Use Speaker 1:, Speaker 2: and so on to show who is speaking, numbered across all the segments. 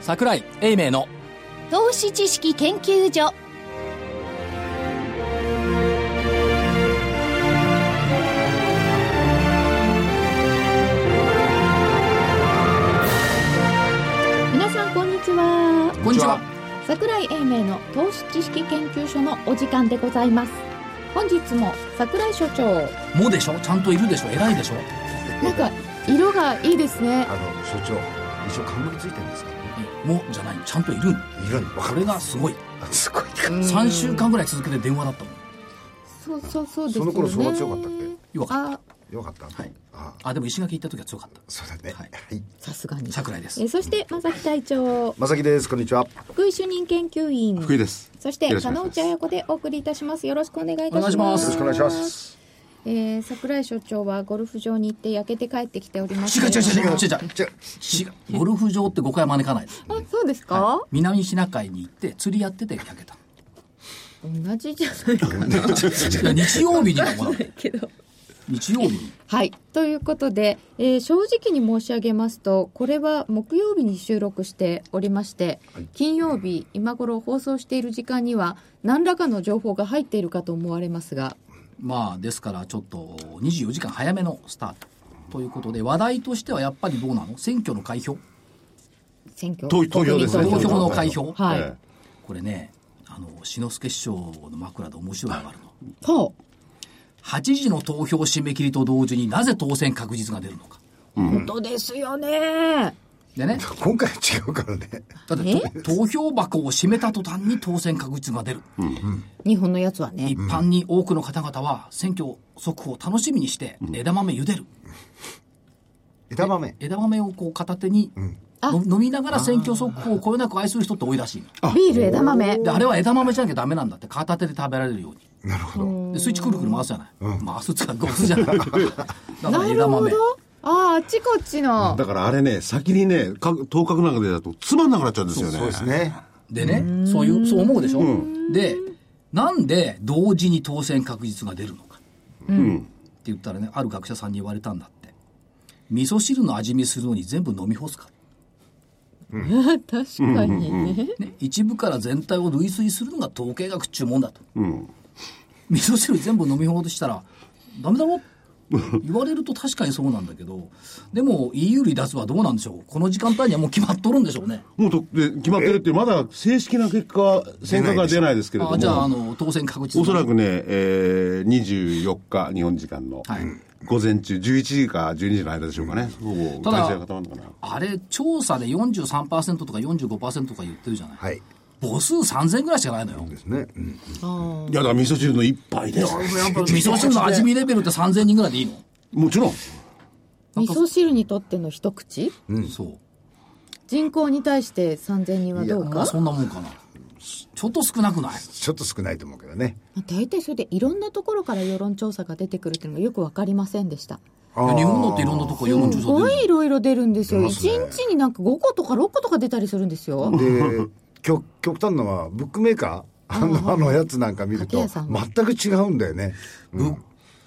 Speaker 1: 桜井英明の
Speaker 2: 投資知識研究所
Speaker 3: 皆さんこんにちは
Speaker 1: こんにちは
Speaker 3: 桜井英明の投資知識研究所のお時間でございます本日も桜井所長
Speaker 1: もでしょちゃんといるでしょ偉いでしょ
Speaker 3: なんか色がいいですね
Speaker 4: あの所長一応冠ついてるんですか
Speaker 1: もじゃないちゃんといる
Speaker 4: いるのわ
Speaker 1: こ
Speaker 4: か
Speaker 1: れ
Speaker 4: る
Speaker 1: がすごい
Speaker 4: あすごい
Speaker 1: 3週間ぐらい続けて電話だったもん
Speaker 3: そうそうそうですよ
Speaker 4: そ
Speaker 3: ね
Speaker 4: の頃そんな強かったっ
Speaker 1: 弱か
Speaker 3: あ
Speaker 4: よかったはいあ
Speaker 1: あでも石垣行った時は強かった
Speaker 4: そうだね
Speaker 1: はい
Speaker 4: はい
Speaker 3: さすがに
Speaker 1: 桜井です
Speaker 3: えそして正木隊長
Speaker 4: まさきですこんにちは
Speaker 3: 福井主任研究員
Speaker 5: 福井です。
Speaker 3: そして
Speaker 5: よろしく
Speaker 3: 金
Speaker 5: お願いします
Speaker 3: 内彩子でお送りいたしますよろしくお願いい
Speaker 1: お
Speaker 3: た
Speaker 1: 願い
Speaker 3: し
Speaker 1: しま
Speaker 3: ますす
Speaker 4: よろしくお願いします
Speaker 3: えー、桜井所長はゴルフ場に行って焼けて帰ってきております
Speaker 1: 違う違う違う違う違う
Speaker 4: じゃ
Speaker 1: 違うゴルフ場って誤解は招かないです
Speaker 3: あそうですか、
Speaker 1: 南シナ海に行って釣りやってて焼けた
Speaker 3: 同じじゃないかない
Speaker 1: や日曜日にだもん だって
Speaker 3: けど
Speaker 1: 日曜日に
Speaker 3: はい。ということで、えー正直に申し上げますと、これは木曜日に収録しておりまして、金曜日、今頃放送している時間には、何らかの情報が入っているかと思われますが、
Speaker 1: まあですからちょっと24時間早めのスタートということで話題としてはやっぱりどうなの選挙の開票
Speaker 3: 選挙
Speaker 5: 投投票ですね。
Speaker 1: 投
Speaker 3: 国民
Speaker 1: 票の開票
Speaker 3: はい
Speaker 5: え
Speaker 1: これねあの志の輔師匠の枕で面白いのがあるの
Speaker 3: ほ
Speaker 1: 8時の投票締め切りと同時になぜ当選確実が出るのか
Speaker 3: う本当ですよね。
Speaker 1: でね
Speaker 4: あ今回は違うからね
Speaker 1: だってと投票箱を閉めた途端に当選確実が出る、
Speaker 3: 日本のやつはね
Speaker 1: 一。般に多くの方々は選挙速報を楽しみにして枝豆茹でる、
Speaker 4: 枝豆
Speaker 1: 枝豆をこう片手にの飲みながら選挙速報をこよなく愛する人って多いらしいの
Speaker 3: ビール枝豆。
Speaker 1: であれは枝豆じゃなきゃダメなんだって片手で食べられるように
Speaker 4: なるほど
Speaker 1: でスイッチくるくる回すじゃない、回すっつうかゴスじゃ ないだから
Speaker 3: なる
Speaker 1: 枝
Speaker 3: ほ
Speaker 1: 豆
Speaker 3: ど。ああ、あっちこっちの。
Speaker 5: だからあれね、先にね、か当確なんかでだとつまんなくなっちゃうんですよね。
Speaker 4: そうですね
Speaker 1: でねそういうそう思うでしょ、でなんで同時に当選確実が出るのか、って言ったらねある学者さんに言われたんだって味噌汁の味見するのに全部飲み干すか、
Speaker 3: 確かにね。
Speaker 1: ね、一部から全体を類推するのが統計学っちゅうもんだと、味噌汁全部飲み干したらダメだろ言われると確かにそうなんだけどでも EU 離脱はどうなんでしょうこの時間帯にはもう決まっとるんでしょうね
Speaker 5: もうとで決まってるって、まだ正式な結果は、選択は出ないですけれど
Speaker 1: あじゃああ
Speaker 5: も、
Speaker 1: の当選確実
Speaker 5: おそらくね、えー、24日、日本時間の
Speaker 1: はい
Speaker 5: 午前中、11時か12時の間でしょうかね、ほ
Speaker 1: た
Speaker 5: ぼ
Speaker 1: だ
Speaker 5: 体制が固まるのかな。
Speaker 1: あれ、調査で43%とか45%とか言ってるじゃない。
Speaker 4: はい
Speaker 1: 母数3000ぐらいしかないのよ。
Speaker 4: ですねうん
Speaker 5: いや、だから味噌汁の一杯で、
Speaker 1: 味噌汁の味見レベルって3000人ぐらいでいいの、
Speaker 5: もちろん、
Speaker 3: 味噌汁にとっての一口
Speaker 1: そう。
Speaker 3: 人口に対して3000人はどう
Speaker 1: まあ
Speaker 3: か
Speaker 1: そんなもんかな。ちょっと少なくない
Speaker 4: ちょっと少ないと思うけどね
Speaker 3: まあ大体それでいろんなところから世論調査が出てくるっていうのがよく分かりませんでした
Speaker 4: あー
Speaker 1: 日本だっていろんなとこ世論調
Speaker 3: す
Speaker 1: 査
Speaker 3: ご
Speaker 1: 出る
Speaker 3: いいろいろ出るんですよ
Speaker 4: 出
Speaker 3: 1
Speaker 4: ますね
Speaker 3: 日になんか5個とか6個とか出たりするんですよ
Speaker 4: で極極端なのはブックメーカーあのあのやつなんか見る
Speaker 3: 竹
Speaker 4: と
Speaker 3: 屋さんは
Speaker 4: 全く違うんだよね
Speaker 1: ブッ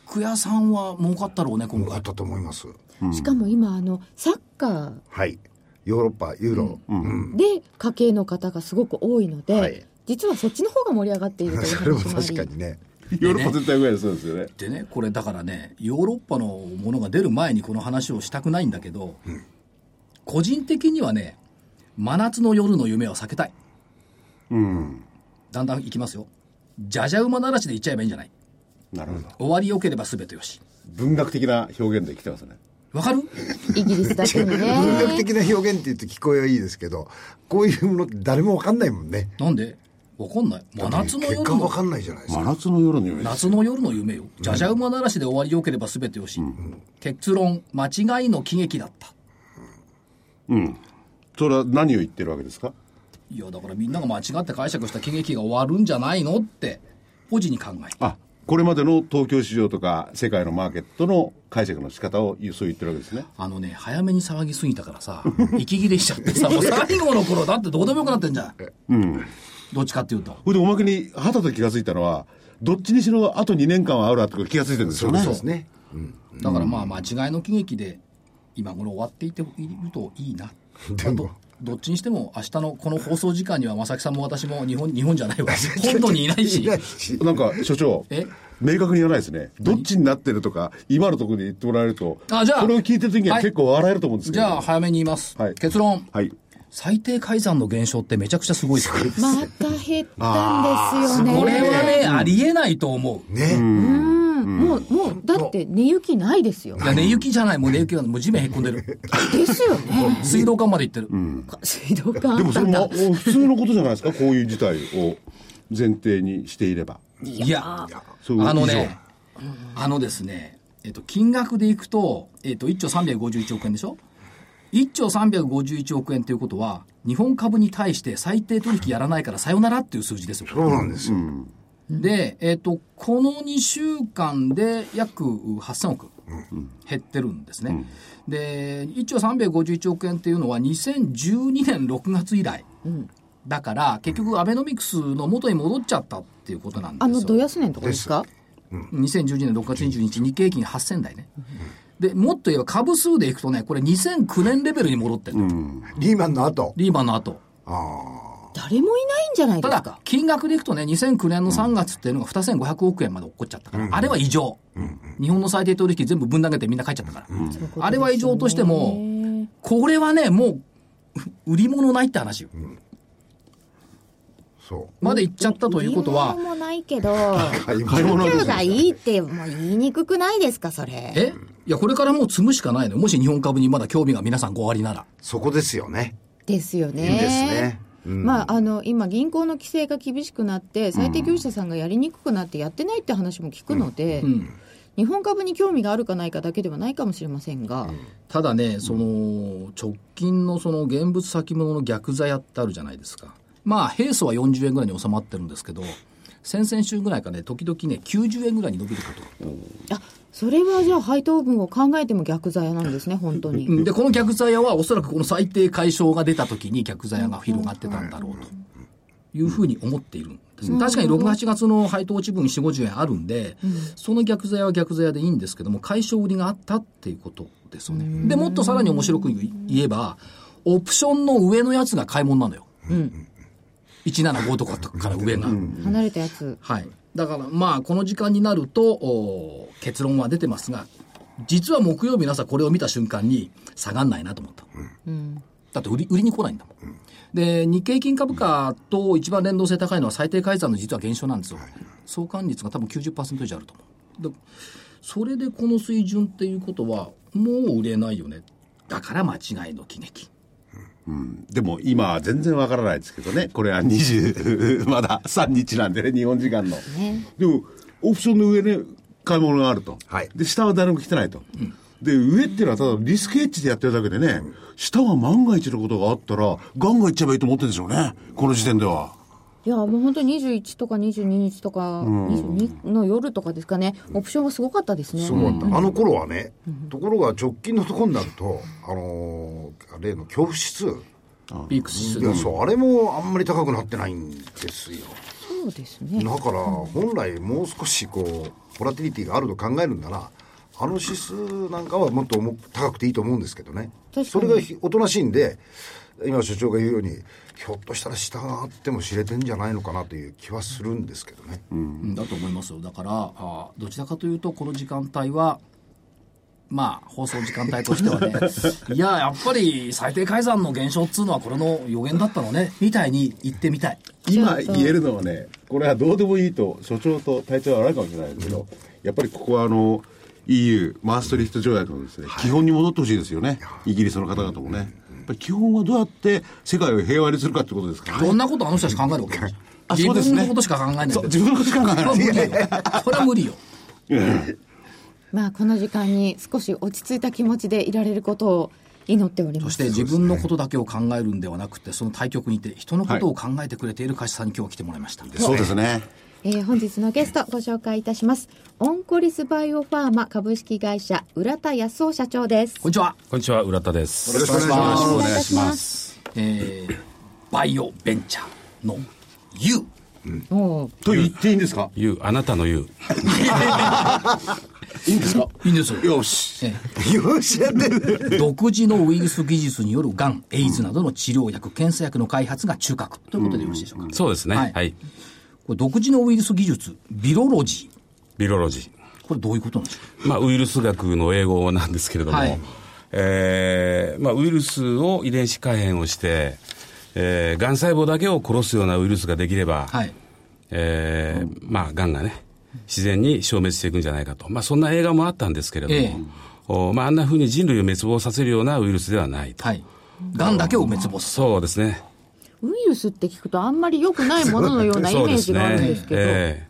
Speaker 1: ク屋さんは儲かったろうね、今
Speaker 4: よか
Speaker 1: 回
Speaker 4: っ。たと思います
Speaker 3: しかも今あのサッカ
Speaker 4: はいヨーロッパユーロうん
Speaker 3: ーで家計の方がすごく多いので、
Speaker 4: はい
Speaker 3: 実はそっちの方が盛り上がっているという
Speaker 4: それも
Speaker 3: 話もあり
Speaker 4: 確かにね
Speaker 5: ヨーロッパ全体ぐらいでそうですよね。
Speaker 1: でね、これだからね、ヨーロッパのものが出る前にこの話をしたくないんだけど、個人的にはね、真夏の夜の夢は避けたい。
Speaker 5: うん、
Speaker 1: だんだんいきますよ。じゃじゃ馬ならしでいっちゃえばいいんじゃない
Speaker 5: なるほど。
Speaker 1: 終わりよければ全てよし。
Speaker 5: 文学的な表現で来てますね。
Speaker 1: わかる
Speaker 3: イギリスだけに
Speaker 4: 文学
Speaker 3: ね
Speaker 4: 的な表現って言うと聞こえはいいですけどこういうものって誰もわかんないもんね
Speaker 1: なんでわかんない。真夏の
Speaker 4: 結
Speaker 1: 夜
Speaker 4: 果わ
Speaker 1: の
Speaker 4: か、んないじゃないです
Speaker 5: 真
Speaker 4: か
Speaker 5: 夏の夜の夢です。
Speaker 1: 夏の夜の夢よ。じゃじゃ馬ならしで終わりよければ全てよし。結論、間違いの喜劇だった。
Speaker 5: それは何を言ってるわけですか
Speaker 1: いや、だからみんなが間違って解釈した喜劇が終わるんじゃないのって、ポジに考えて。
Speaker 5: あこれまでの東京市場とか世界のマーケットの解釈の仕方を言うそう言ってるわけですね
Speaker 1: あのね、早めに騒ぎすぎたからさ、息切れしちゃってさ、もう最後の頃だってどうでもよくなってんじゃん。どっちかっていうと。
Speaker 5: それでおまけにはたと気が付いたのはどっちにしろあと2年間はあるなってこと気が付いてるんですよね
Speaker 4: そうですね
Speaker 1: だからまあ間違いの喜劇で今頃終わっていているといいな。
Speaker 4: でも
Speaker 1: どっちにしても明日のこの放送時間には正木さんも私も日本日本じゃないわ本土にいないし
Speaker 4: いないし
Speaker 5: なんか所長
Speaker 1: え
Speaker 5: 明確に言わないですねどっちになってるとか今のところで言ってもらえると
Speaker 1: あじゃあ
Speaker 5: これを聞いてる時には
Speaker 1: はい
Speaker 5: 結構笑えると思うんですけ
Speaker 1: じ
Speaker 5: ど、
Speaker 1: ゃあ早めに言います、
Speaker 5: はい
Speaker 1: 結論、
Speaker 5: はい
Speaker 1: 最低改ざんの減少ってめちゃくちゃすごいですこ
Speaker 3: また減ったんですよね。
Speaker 1: れはね、ありえないと思う
Speaker 4: ね
Speaker 3: うん、もう、もう、だって値行きないですよ
Speaker 1: い。や根雪じゃないもう根雪がもう地面へこんでる
Speaker 3: ですよね。
Speaker 1: 水道管まで行ってる、
Speaker 3: 水道管。
Speaker 5: でもそれ
Speaker 3: だ
Speaker 5: も
Speaker 3: んだん
Speaker 5: お普通のことじゃないですかこういう事態を前提にしていれば
Speaker 1: いや
Speaker 5: そう
Speaker 1: あのね、あのですね、えっと、金額でいくと、えっと、1兆351億円でしょ ?1 兆351億円ということは、日本株に対して最低取引やらないからさよならっていう数字ですよ。
Speaker 4: そうなんですよ、
Speaker 1: で、えっと、この2週間で約8000億減ってるんですね。で、1兆351億円っていうのは2012年6月以来。だから、結局アベノミクスの元に戻っちゃったっていうことなんです
Speaker 3: あ
Speaker 1: よ。
Speaker 3: の、ドヤスネのとこですか
Speaker 1: 2012年6月21日、日経平均8000台ね。で、もっと言えば株数でいくとね、これ2009年レベルに戻ってる、
Speaker 4: リーマンの後
Speaker 1: リーマンの後。
Speaker 3: 誰もいないんじゃないで
Speaker 1: た
Speaker 3: すか。
Speaker 1: だ、金額でいくとね、2009年の3月っていうのが2500億円まで落っこっちゃったから、あれは異常、日本の最低取引全部ぶん投げてみんな帰っちゃったから。あれは異常としても、これはね、もう、売り物ないって話よ。
Speaker 4: そ
Speaker 1: まで行っちゃったということは
Speaker 2: 理、由もないけど、
Speaker 4: う買い
Speaker 5: 買い
Speaker 2: 今
Speaker 5: 物
Speaker 2: 日
Speaker 5: ですね
Speaker 2: がいいってもう言いにくくないですか、それ。
Speaker 1: えいや、これからもう積むしかないのよ。もし日本株にまだ興味が皆さん5割なら。
Speaker 4: そこですよね
Speaker 3: ですよね。
Speaker 4: いいですねうん
Speaker 3: まあ、あの今、銀行の規制が厳しくなって、最低業者さんがやりにくくなって、やってないって話も聞くので、日本株に興味があるかないかだけではないかもしれませんが、
Speaker 1: ただね、その直近のその現物先物の逆座やってあるじゃないですか、まあ、平素は40円ぐらいに収まってるんですけど、先々週ぐらいからね、時々ね、90円ぐらいに伸びること、
Speaker 3: あそれはじゃあ、配当分を考えても逆座屋なんですね、本当に。
Speaker 1: うんでこの逆座屋は、おそらくこの最低解消が出た時に逆座屋が広がってたんだろうというふうに思っているんですね、確かに6、8月の配当落ち分、4、50円あるんで、その逆座屋は逆座屋でいいんですけども、解消売りがあったっていうことですよね。でもっとさらに面白く言えば、オプションの上のやつが買い物なのよ。
Speaker 3: うん、
Speaker 1: 175とかから上が。
Speaker 3: 離れたやつ、
Speaker 1: はい。だからまあ、この時間になると、おー結論は出てますが、実は木曜日の朝これを見た瞬間に下がんないなと思った。だって売り売りに来ないんだもん。で、日経金株価と一番連動性高いのは最低改ざんの実は減少なんですよ。相関率が多分90%以上あると思う。でそれでこの水準っていうことは、もう売れないよね。だから間違いの喜劇。
Speaker 5: でも今は全然わからないですけどねこれは20 まだ3日なんでね日本時間の、でもオプションの上ね買い物があると、
Speaker 4: はい
Speaker 5: で下は誰も来てないと、で上っていうのはただリスクエッジでやってるだけでね、下は万が一のことがあったらガンガンいっちゃえばいいと思ってるんでしょうねこの時点ではい
Speaker 3: や、もう本当に21とか22日とか、22の夜とかですかね、オプションはすごかったですね。
Speaker 4: そうだったあの頃はね、ところが直近のところになると、あのー例の恐怖指数、
Speaker 1: ピーク指数
Speaker 4: いやそうあれもあんまり高くなってないんですよ。
Speaker 3: そうです
Speaker 4: だ
Speaker 3: ね
Speaker 4: から本来もう少しこうボラティリティがあると考えるんなら、あの指数なんかはもっと重く高くていいと思うんですけどね
Speaker 3: 確か。に
Speaker 4: それがひおとなしいんで、今所長が言うように、ひょっとしたら下があっても知れてんじゃないのかなという気はするんですけどね。
Speaker 1: うんだと思いますよだからあーどちらかというとこの時間帯はまあ放送時間帯としてはね いややっぱり最低改ざんの減少っつうのはこれの予言だったのねみたいに言ってみたい
Speaker 5: 今言えるのはねこれはどうでもいいと所長と隊長は悪いかもしれないですけどやっぱりここはあの EU マーストリヒト条約のですね、基本に戻ってほしいですよねイギリスの方々もねやっぱり基本はどうやって世界を平和にするかってことですからね
Speaker 1: どんなことあの人たち考えるわけないじゃ
Speaker 5: あ
Speaker 1: ん
Speaker 5: そうで
Speaker 1: 自
Speaker 5: すね
Speaker 1: 分のことしか考えない
Speaker 5: そう自分のことしか考えない
Speaker 1: それは無理よそれは無理よ
Speaker 3: まあ、この時間に少し落ち着いた気持ちでいられることを祈っており
Speaker 1: そ
Speaker 3: ま
Speaker 1: し
Speaker 3: す。
Speaker 1: て自分のことだけを考えるんではなくてその対局にいて人のことを考えてくれている会社さんに今日は来てもらいました、
Speaker 5: そうですね
Speaker 3: えー本日のゲストご紹介いたします。オンコリスバイオファーマ株式会社、浦田康夫社長です。
Speaker 1: こんにちは
Speaker 6: こんにちは、浦田です。よろしく
Speaker 1: お願いし
Speaker 3: お
Speaker 1: ま、
Speaker 3: 願いします
Speaker 1: えーバイオベンチャーの YOU
Speaker 3: おう
Speaker 5: と言っていいんですか
Speaker 6: ゆう、あなたのゆう。
Speaker 5: いいんですか
Speaker 1: いいんですよ
Speaker 5: よし。
Speaker 1: え
Speaker 4: よしやってる
Speaker 1: え独自のウイルス技術によるがん、エイズなどの治療薬、検査薬の開発が中核ということでよろしいでしょうか。
Speaker 6: そうですね。
Speaker 1: は
Speaker 6: はいい。
Speaker 1: これ独自のウイルス技術、ビロロジー。
Speaker 6: ビロロジー。
Speaker 1: これどういうことなんでしょ
Speaker 6: まあ、ウイルス学の英語なんですけれども、
Speaker 1: はい
Speaker 6: えーまあ、ウイルスを遺伝子改変をして、えー、がん細胞だけを殺すようなウイルスができれば、
Speaker 1: うはい。
Speaker 6: えーまあ、がんがね、自然に消滅していくんじゃないかと。まあ、そんな映画もあったんですけれども、
Speaker 1: ええ
Speaker 6: おまあ、あんなふうに人類を滅亡させるようなウイルスではないと。
Speaker 1: はい。がんだけを滅亡す
Speaker 6: そうですね。
Speaker 3: ウイルスって聞くとあんまり良くないもののようなイメージがあるんですけど。
Speaker 6: ええ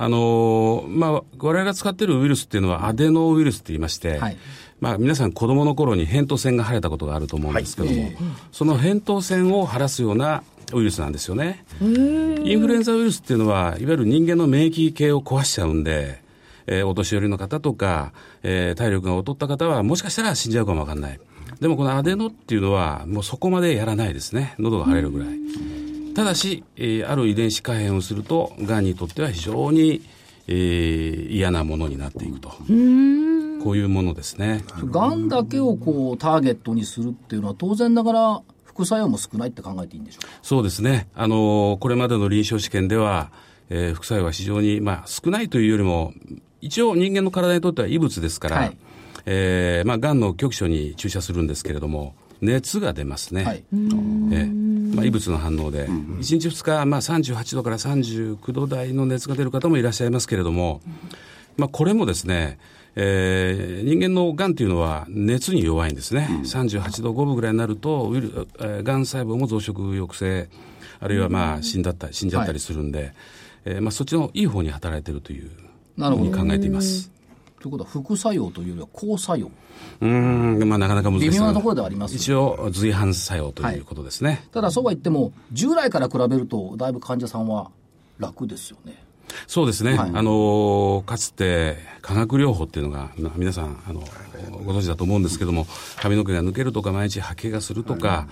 Speaker 6: あのーまあ、我々が使っているウイルスっていうのはアデノウイルスって言いまして、
Speaker 1: はい
Speaker 6: まあ、皆さん子供の頃に扁桃腺が腫れたことがあると思うんですけども、その扁桃腺を腫らすようなウイルスなんですよね。インフルエンザウイルスっていうのは、いわゆる人間の免疫系を壊しちゃうんで、えーお年寄りの方とか、えー体力が劣った方は、もしかしたら死んじゃうかもわかんない。でもこのアデノっていうのは、もうそこまでやらないですね。喉が腫れるぐらい。ただし、えーある遺伝子改変をすると、がんにとっては非常に、えー嫌なものになっていくと。こういうものですね。
Speaker 1: る。がんだけをこうターゲットにするっていうのは当然ながら副作用も少ないって考えていいんでしょうか。
Speaker 6: そうですね。あのこれまでの臨床試験では、えー副作用は非常に、まあ、少ないというよりも、一応人間の体にとっては異物ですから、
Speaker 1: はい
Speaker 6: えーまあ、がんの局所に注射するんですけれども、熱が出ますね。
Speaker 1: はい。
Speaker 6: ええまあ、異物の反応で、1日2日、まあ、38度から39度台の熱が出る方もいらっしゃいますけれども、まあ、これもですね、えー人間のがんというのは熱に弱いんですね、38度5分ぐらいになるとウイル、えーがん細胞も増殖抑制、あるいはまあ死んだった死んじゃったりするんで、えーまあ、そっちのいい方に働いてるという
Speaker 1: なる
Speaker 6: ふ
Speaker 1: ほ
Speaker 6: うに
Speaker 1: ど。
Speaker 6: 考えています。
Speaker 1: ということは副作用というよりは抗作用。
Speaker 6: うーん、まあ、なかなか難しい
Speaker 1: 微妙なところではありますよね
Speaker 6: 一応、随伴作用ということですね。
Speaker 1: ただそうは言っても従来から比べるとだいぶ患者さんは楽ですよね
Speaker 6: そうですね、あのかつて化学療法っていうのが、な皆さんあのご存知だと思うんですけども、髪の毛が抜けるとか、毎日吐き気がするとか、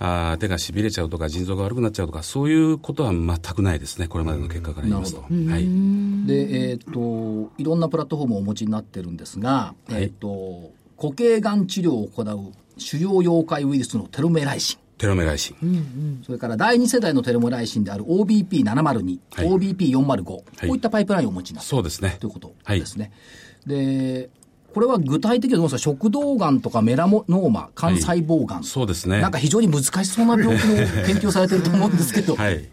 Speaker 6: あー手がしびれちゃうとか、腎臓が悪くなっちゃうとか、そういうことは全くないですね、これまでの結果から言いますと。はい、
Speaker 1: でえっ、といろんなプラットフォームをお持ちになってるんですが、えっ、と固形がん治療を行う主要溶解ウイルスのテロメライシン
Speaker 6: テロメライシン、
Speaker 1: それから第2世代のテロメライシンである OBP702、
Speaker 6: はい
Speaker 1: OBP405 こう
Speaker 6: い
Speaker 1: いったパイプラインをお持ちになっている
Speaker 6: そうですね
Speaker 1: ということですね、でこれは具体的にはどうですか食道がんとかメラノーマ肝細胞がん、
Speaker 6: そうですね。
Speaker 1: なんか非常に難しそうな病気の研究をされてると思うんです けど、
Speaker 6: はい、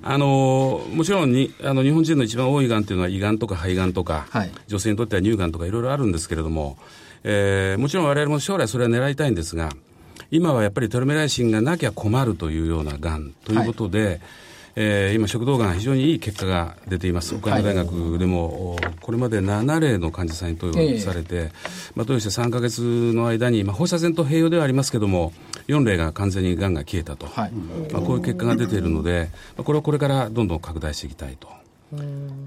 Speaker 6: あのーもちろんにあの日本人の一番多いがんというのは胃がんとか肺がんとか、
Speaker 1: はい
Speaker 6: 女性にとっては乳がんとかいろいろあるんですけれども、えーもちろん我々も将来それは狙いたいんですが今はやっぱりテロメライシンがなきゃ困るというようながんということで、えー今、食道がん、非常にいい結果が出ています、岡山大学でも、おこれまで7例の患者さんに投与されて、まあ、投与して3か月の間に、まあ、放射線と併用ではありますけども、4例が完全にがんが消えたと、
Speaker 1: はい
Speaker 6: まあ、こういう結果が出ているので、まあこれをこれからどんどん拡大していきたいと。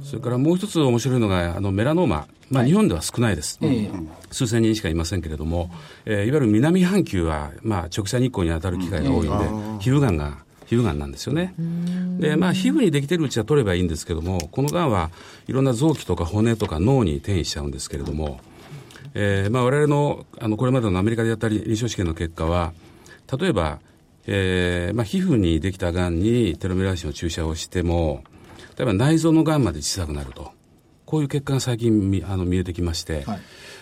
Speaker 6: それからもう一つ面白いのが、あのメラノーマ、まあ、日本では少ないです、
Speaker 1: ええ
Speaker 6: 数千人しかいませんけれども、えーいわゆる南半球は、まあ、直射日光に当たる機会が多いので、皮膚がんが、皮膚がんなんですよね。で、まあ、皮膚にできてるうちは取ればいいんですけども、このがんはいろんな臓器とか骨とか脳に転移しちゃうんですけれども、えーまあ、我々のあのこれまでのアメリカでやったり臨床試験の結果は例えば、えーまあ、皮膚にできたがんにテロメライシンの注射をしても例えば内臓のがんまで小さくなるとこういう結果が最近見あの見えてきまして、
Speaker 1: はい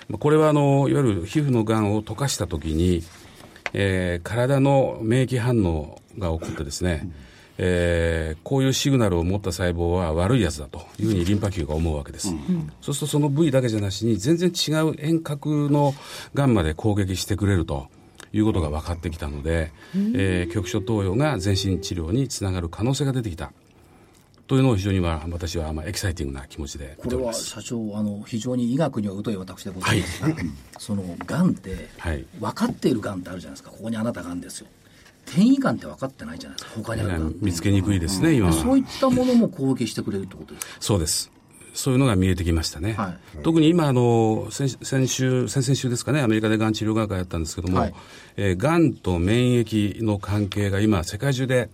Speaker 6: まあ、これはあのいわゆる皮膚のがんを溶かした時に、えー体の免疫反応が起こってですね、えーこういうシグナルを持った細胞は悪いやつだというふうにリンパ球が思うわけです、そうするとその部位だけじゃなしに全然違う遠隔のがんまで攻撃してくれるということが分かってきたので、えー局所投与が全身治療につながる可能性が出てきたというのを非常にまあ私はまあエキサイティングな気持ちで
Speaker 1: こ
Speaker 6: 見て
Speaker 1: れ
Speaker 6: おり
Speaker 1: は
Speaker 6: ます
Speaker 1: 社長あの非常に医学には疎い私でございますが、 そのがんって、
Speaker 6: はい
Speaker 1: 分かっているがんってあるじゃないですかここにあなたがんですよ転移がんって分かってないじゃないですか他にあるがん、
Speaker 6: 見つけにくいですね、今は。
Speaker 1: そういったものも攻撃してくれるってことですか
Speaker 6: そうです。そういうのが見えてきましたね。
Speaker 1: は
Speaker 6: 特に今、あの、先先週、先々週ですかね、アメリカでがん治療学会やったんですけども、
Speaker 1: はい
Speaker 6: えーがんと免疫の関係が今、世界中で、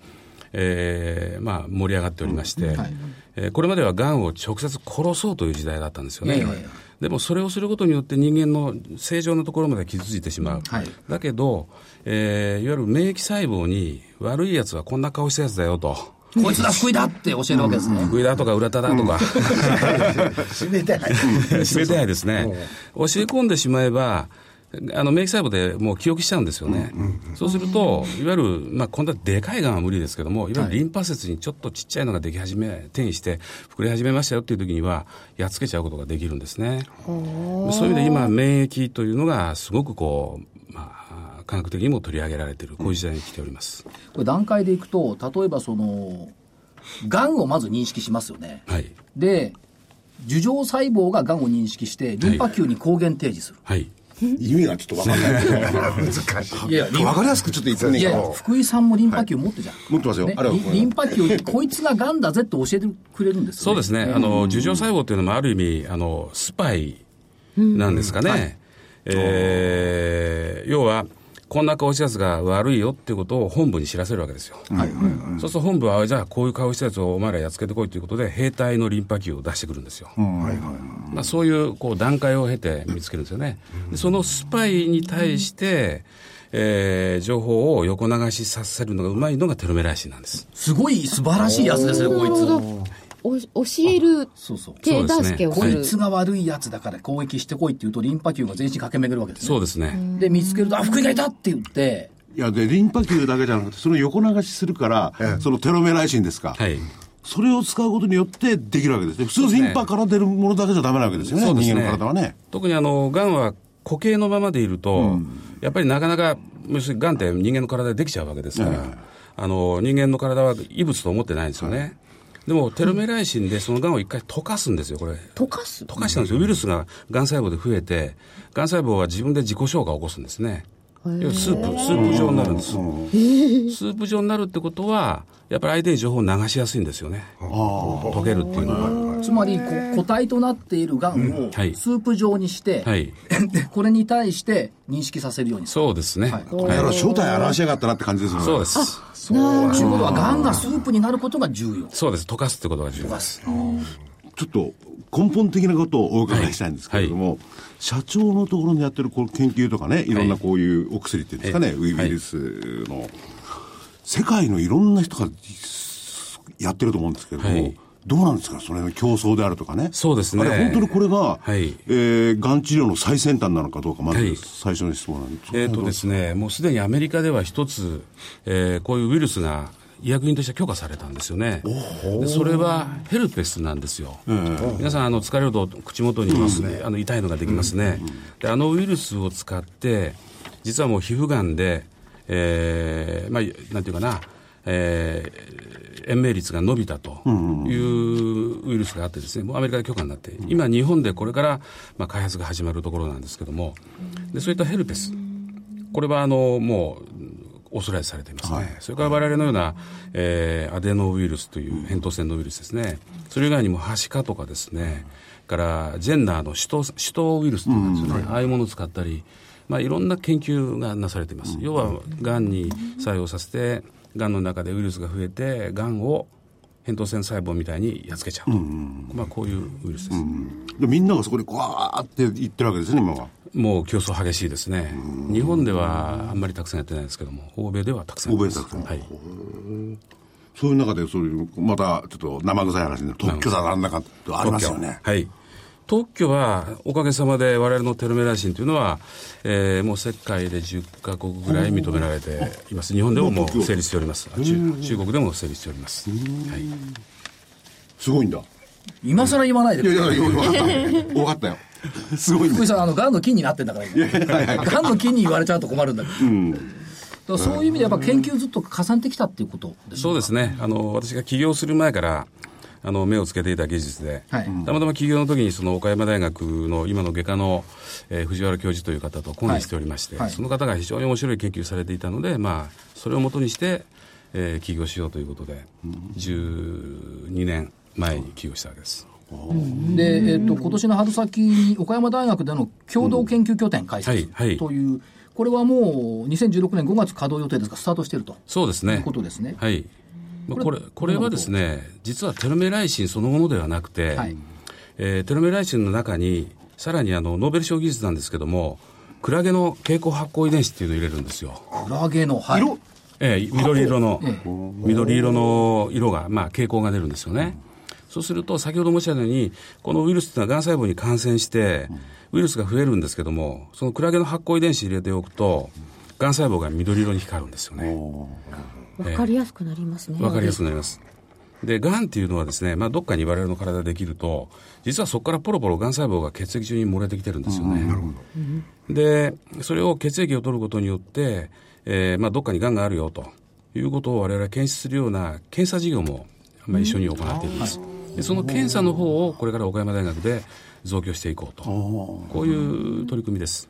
Speaker 6: えーまあ、盛り上がっておりまして、
Speaker 1: はい
Speaker 6: えーこれまではがんを直接殺そうという時代だったんですよね。
Speaker 1: いやいやいや
Speaker 6: でもそれをすることによって人間の正常なところまで傷ついてしまう。
Speaker 1: はい
Speaker 6: だけど、えーいわゆる免疫細胞に悪いやつはこんな顔したやつだよと。
Speaker 1: こいつが福井だって教えるわけですね。
Speaker 6: 福井だとか浦田だとか、
Speaker 4: 締めたい。
Speaker 6: 締めたいですね、教え込んでしまえば、あの免疫細胞でもう記憶しちゃうんですよね、そうすると、いわゆる、まあ、こんなでかいがんは無理ですけども、いわゆるリンパ節にちょっとちっちゃいのができ始め、転移して、膨れ始めましたよっていう時には、やっつけちゃうことができるんですね。そういう意味で今、免疫というのが、すごくこう、まあ、科学的にも取り上げられている、こういう時代に来ております。
Speaker 1: これ段階でいくと、例えばその、がんをまず認識しますよね。
Speaker 6: はい。
Speaker 1: で、樹状細胞ががんを認識して、リンパ球に抗原提示する。
Speaker 6: はい。
Speaker 5: 意味がちょっとわかんないけど
Speaker 4: 難しい。
Speaker 1: いやいや
Speaker 5: わかりやすくちょっと言って
Speaker 1: い
Speaker 5: ね
Speaker 1: やいや、福井さんもリンパ球持ってじゃん。
Speaker 5: 持ってますよ
Speaker 1: ね
Speaker 5: あれは
Speaker 1: リ
Speaker 5: これ
Speaker 1: リンパ球にこいつががんだぜって教えてくれるんです
Speaker 6: そ
Speaker 1: よ
Speaker 6: うですね、あの樹状細胞というのもある意味、あのスパイなんですかね、えー要は、こんな顔したやつが悪いよっていうことを本部に知らせるわけですよ、そうすると本部は、じゃあ、こういう顔したやつをお前らやっつけてこいということで、兵隊のリンパ球を出してくるんですよ、まあ、そういうこう段階を経て見つけるんですよね、でそのスパイに対して、えー情報を横流しさせるのがうまいのがテロメライシーなんです。
Speaker 1: すごい素晴らしいやつですね、こい
Speaker 3: なる
Speaker 1: つ。
Speaker 3: ほど。お教える
Speaker 1: そうそう。
Speaker 3: 手助けをす
Speaker 1: こ
Speaker 6: そう
Speaker 3: る。
Speaker 1: いつが悪いやつだから攻撃してこいって言うと、リンパ球が全身駆け巡るわけですね。
Speaker 6: そうですね、
Speaker 1: で、見つけると、あ、福井がいたって言って、
Speaker 5: いやでリンパ球だけじゃなくてその横流しするから、そのテロメライシンですか、
Speaker 6: はい
Speaker 5: それを使うことによってできるわけですね普通リンパから出るものだけじゃダメなわけですよね
Speaker 6: そうですね
Speaker 5: 人間の体はね
Speaker 6: 特にあの、がんは固形のままでいると、やっぱりなかなか、要するにがんって人間の体でできちゃうわけですから、あの人間の体は異物と思ってないんですよね。でも、テロメライシンでそのがんを一回溶かすんですよ、これ。
Speaker 3: 溶かす
Speaker 6: 溶かしたんですよ。ウイルスががん細胞で増えて、がん細胞は自分で自己消化を起こすんですね。要はスープ、スープ状になるんです。スープ状になるってことは、やっぱり相手に情報を流しやすいんですよね。溶けるっていうのは。
Speaker 1: つまりこう個体となっているがんをス
Speaker 6: はい
Speaker 1: ープ状にして、
Speaker 6: はい。
Speaker 1: でこれに対して認識させるようにする。
Speaker 6: そうですね。
Speaker 1: はい
Speaker 5: だから
Speaker 6: はい、
Speaker 5: 正体表しやがったなって感じですよね
Speaker 6: そうです。
Speaker 1: ということは、がんがスープになることが重要。
Speaker 6: そうです、溶かすってことが重要です。
Speaker 5: ちょっと根本的なことをお伺いしたいんですけれども、社長のところにやってるこう研究とかね、いろんなこういうお薬っていうんですかね、
Speaker 6: はい
Speaker 5: ウイルスの、世界のいろんな人がやってると思うんですけれども、
Speaker 6: はい
Speaker 5: どうなんですか、それの競争であるとかね、
Speaker 6: そうですね
Speaker 5: あれ本当にこれが、
Speaker 6: はい
Speaker 5: えーがん治療の最先端なのかどうか、ま
Speaker 6: は
Speaker 5: ず
Speaker 6: い
Speaker 5: 最初の質問なんですけど、
Speaker 6: えっ、とですね、もうすでにアメリカでは一つ、えーこういうウイルスが医薬品として許可されたんですよね。でそれはヘルペスなんですよ。皆さん、あの、疲れると口元にいますね、あの痛いのができますね、で。あのウイルスを使って、実はもう皮膚がんで、えーまあ、なんていうかな、えー延命率が伸びたというウイルスがあってですね、もうアメリカで許可になって、今日本でこれから、まあ、開発が始まるところなんですけども、でそういったヘルペス、これはあのもうおそらいされていますね、それから我々のような、えーアデノウイルスという扁桃腺のウイルスですね、それ以外にもハシカとかですね、からジェンダーの首都首都ウイルスとかですよね、ああいうものを使ったり、まあ、いろんな研究がなされています、要はがんに作用させて、がんの中でウイルスが増えて、がんを扁桃腺細胞みたいにやっつけちゃうと、まあ、こういうウイルスです。
Speaker 5: でみんながそこにわーって言ってるわけですね、今は。
Speaker 6: もう競争激しいですね、日本ではあんまりたくさんやってないですけども、欧米ではたくさんやってます
Speaker 5: 欧米でたくさ
Speaker 6: は
Speaker 5: ん
Speaker 6: い、
Speaker 5: そういう中でそういう、またちょっと生臭い話になる特許だなんだかってありますよね。
Speaker 6: はい、特許はおかげさまで、我々のテロメラシンというのは、えーもう世界で10か国ぐらい認められています、日本でももう成立しております、あ中中国でも成立しております。はい
Speaker 5: すごいんだ。
Speaker 1: 今更言わないで
Speaker 5: い
Speaker 1: く
Speaker 5: や
Speaker 1: だ
Speaker 5: い
Speaker 1: さい。
Speaker 5: やいや、分かった。分かったよ。すごいん
Speaker 1: 福
Speaker 5: だ
Speaker 1: 井。さん、あの、がんの菌になってんだから、今。がんの菌に言われちゃうと困るんだけど。だからそういう意味でやっぱ研究ずっと重ねてきたっていうことでしょ
Speaker 6: そうですね。あの、私が起業する前から、あの、目をつけていた技術で、
Speaker 1: はい
Speaker 6: たまたま起業の時に、その、岡山大学の今の外科の、えー藤原教授という方と懇意しておりまして、
Speaker 1: はいはい
Speaker 6: その方が非常に面白い研究されていたので、まあ、それをもとにして、えー起業しようということで、12年前に起業したわけです。
Speaker 1: で、えっと、今年の春先に岡山大学での共同研究拠点開設
Speaker 6: うんはいはい
Speaker 1: という、これはもう2016年5月稼働予定ですが、スタートしてると
Speaker 6: そうです
Speaker 1: いう
Speaker 6: ね。
Speaker 1: ことですね。
Speaker 6: はい。まあこれ、これはですね、実はテロメライシンそのものではなくて、
Speaker 1: はい
Speaker 6: えーテロメライシンの中に、さらにあのノーベル賞技術なんですけどもクラゲの蛍光発光遺伝子っていうのを入れるんですよ、
Speaker 1: クラゲの、はい、
Speaker 4: 色
Speaker 6: ええ、緑色の、緑色の色が、まあ、傾向が出るんですよね。そうすると、先ほど申し上げたように、このウイルスというのは、がん細胞に感染して、ウイルスが増えるんですけども、そのクラゲの発光遺伝子入れておくと、がん細胞が緑色に光るんですよね。
Speaker 3: わかりやすくなりますね。
Speaker 6: わかりやすくなります。で、がんっていうのはですね、まあ、どっかに我々の体でできると、実はそこからポロポロがん細胞が血液中に漏れてきてるんですよね。で、それを血液を取ることによって、えーまあ、どっかにがんがあるよということを我々は検出するような検査事業も、まあ、一緒に行っているんです。でその検査の方をこれから岡山大学で増強していこうと。こういう取り組みです。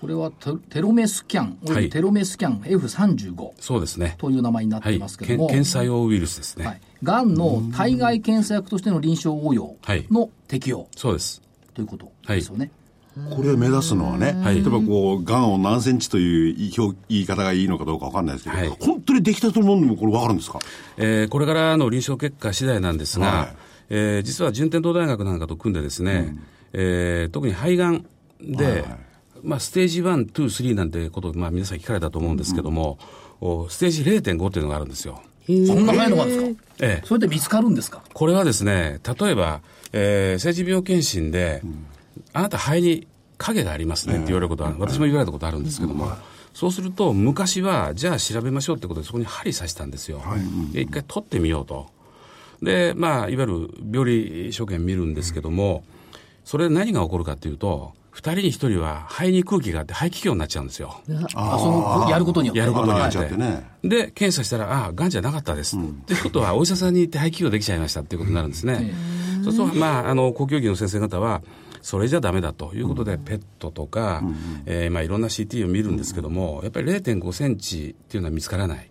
Speaker 1: これはテテロメスキャン、および
Speaker 6: はい
Speaker 1: テロメスキャン F35
Speaker 6: そうですね。
Speaker 1: という名前になっ
Speaker 6: は
Speaker 1: てい
Speaker 6: い。
Speaker 1: ますけ
Speaker 6: け
Speaker 1: ども、
Speaker 6: ん検査用ウイルスですね。
Speaker 1: はい、がんの体外検査薬としての臨床応用
Speaker 6: はい
Speaker 1: の適用
Speaker 6: そうです。
Speaker 1: ということですよね。
Speaker 5: これを目指すのはね、
Speaker 6: い
Speaker 5: 例えばこう、がんを何センチという言い表言い方がいいのかどうかわかんないですけど、
Speaker 6: はい
Speaker 5: 本当にできたと思うのもこれわかるんですか
Speaker 6: えーこれからの臨床結果次第なんですが、
Speaker 5: はい
Speaker 6: えー実は順天堂大学なんかと組んでですね、えー特に肺がんで、まあ、ステージ1、2、3なんてことを、まあ、皆さん聞かれたと思うんですけども、おステージ0.5っていうのがあるんですよ。
Speaker 1: そんな早いのがですか
Speaker 6: ええ
Speaker 1: それで見つかるんですか
Speaker 6: これはですね、例えば、えー、政治病検診で、あなた肺に影がありますねって言われることは、私も言われたことあるんですけども、そうすると、昔は、じゃあ調べましょうってことで、そこに針刺したんですよ。で、一回取ってみようと。で、まあ、いわゆる病理所見見るんですけども、それで何が起こるかっていうと、二人に一人は肺に空気があって肺気胸になっちゃうんですよ。
Speaker 1: あそのやることによって。
Speaker 6: やることによ
Speaker 5: 穴開
Speaker 6: っ
Speaker 5: いちゃってて。ね。
Speaker 6: で、検査したら、ああ、がんじゃなかったです。と、いうことは、お医者さんに行って肺起業できちゃいましたっていうことになるんですね。そうすると、まあ、あの、呼吸器の先生方は、それじゃダメだということで、ペットとか、えーまあ、いろんな CT を見るんですけども、やっぱり0.5センチっていうのは見つからない。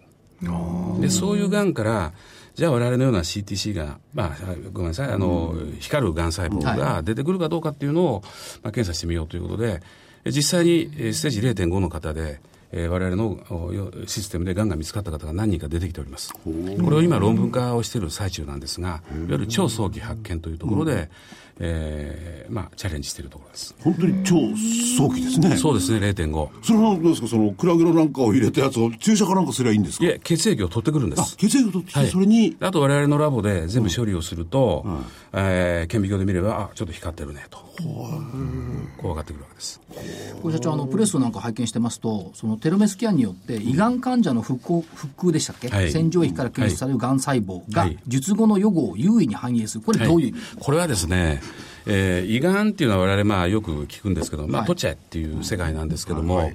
Speaker 6: で、そういうがんから、じゃあ我々のような CTC が、まあ、ごめんなさい、あの、光るがん細胞が出てくるかどうかっていうのを、まあ、検査してみようということで、え実際にえーステージ0.5の方で、えー我々のおよシステムでがんが見つかった方が何人か出てきております。これを今論文化をしている最中なんですが、いわゆる超早期発見というところで、えーまあ、チャレンジしているところです。
Speaker 5: 本当に超早期ですね。
Speaker 6: そうですね、0.5。
Speaker 5: それはどうですかその、クラゲのなんかを入れたやつを注射かなんかすればいいんです
Speaker 6: い
Speaker 5: か
Speaker 6: え、血液を取ってくるんで
Speaker 5: あ
Speaker 6: す、。
Speaker 5: 血液を取ってきて、
Speaker 6: はい
Speaker 5: それに、
Speaker 6: あと我々のラボで全部処理をすると、えー顕微鏡で見れば、あ、ちょっと光ってるねと。こう分かってくるわけです。
Speaker 1: これ社長あのプレスなんか拝見してますとそのテロメスキャンによって胃がん患者の復興復空でしたっけ、
Speaker 6: はい
Speaker 1: 洗浄液から検出されるがん細胞が
Speaker 6: はい
Speaker 1: 術後の予後を優位に反映するこれどういう意味、
Speaker 6: はいこれはですね、えー胃がんっていうのは我々まあよく聞くんですけど、まあ、
Speaker 1: はい
Speaker 6: 取っちゃえっていう世界なんですけども、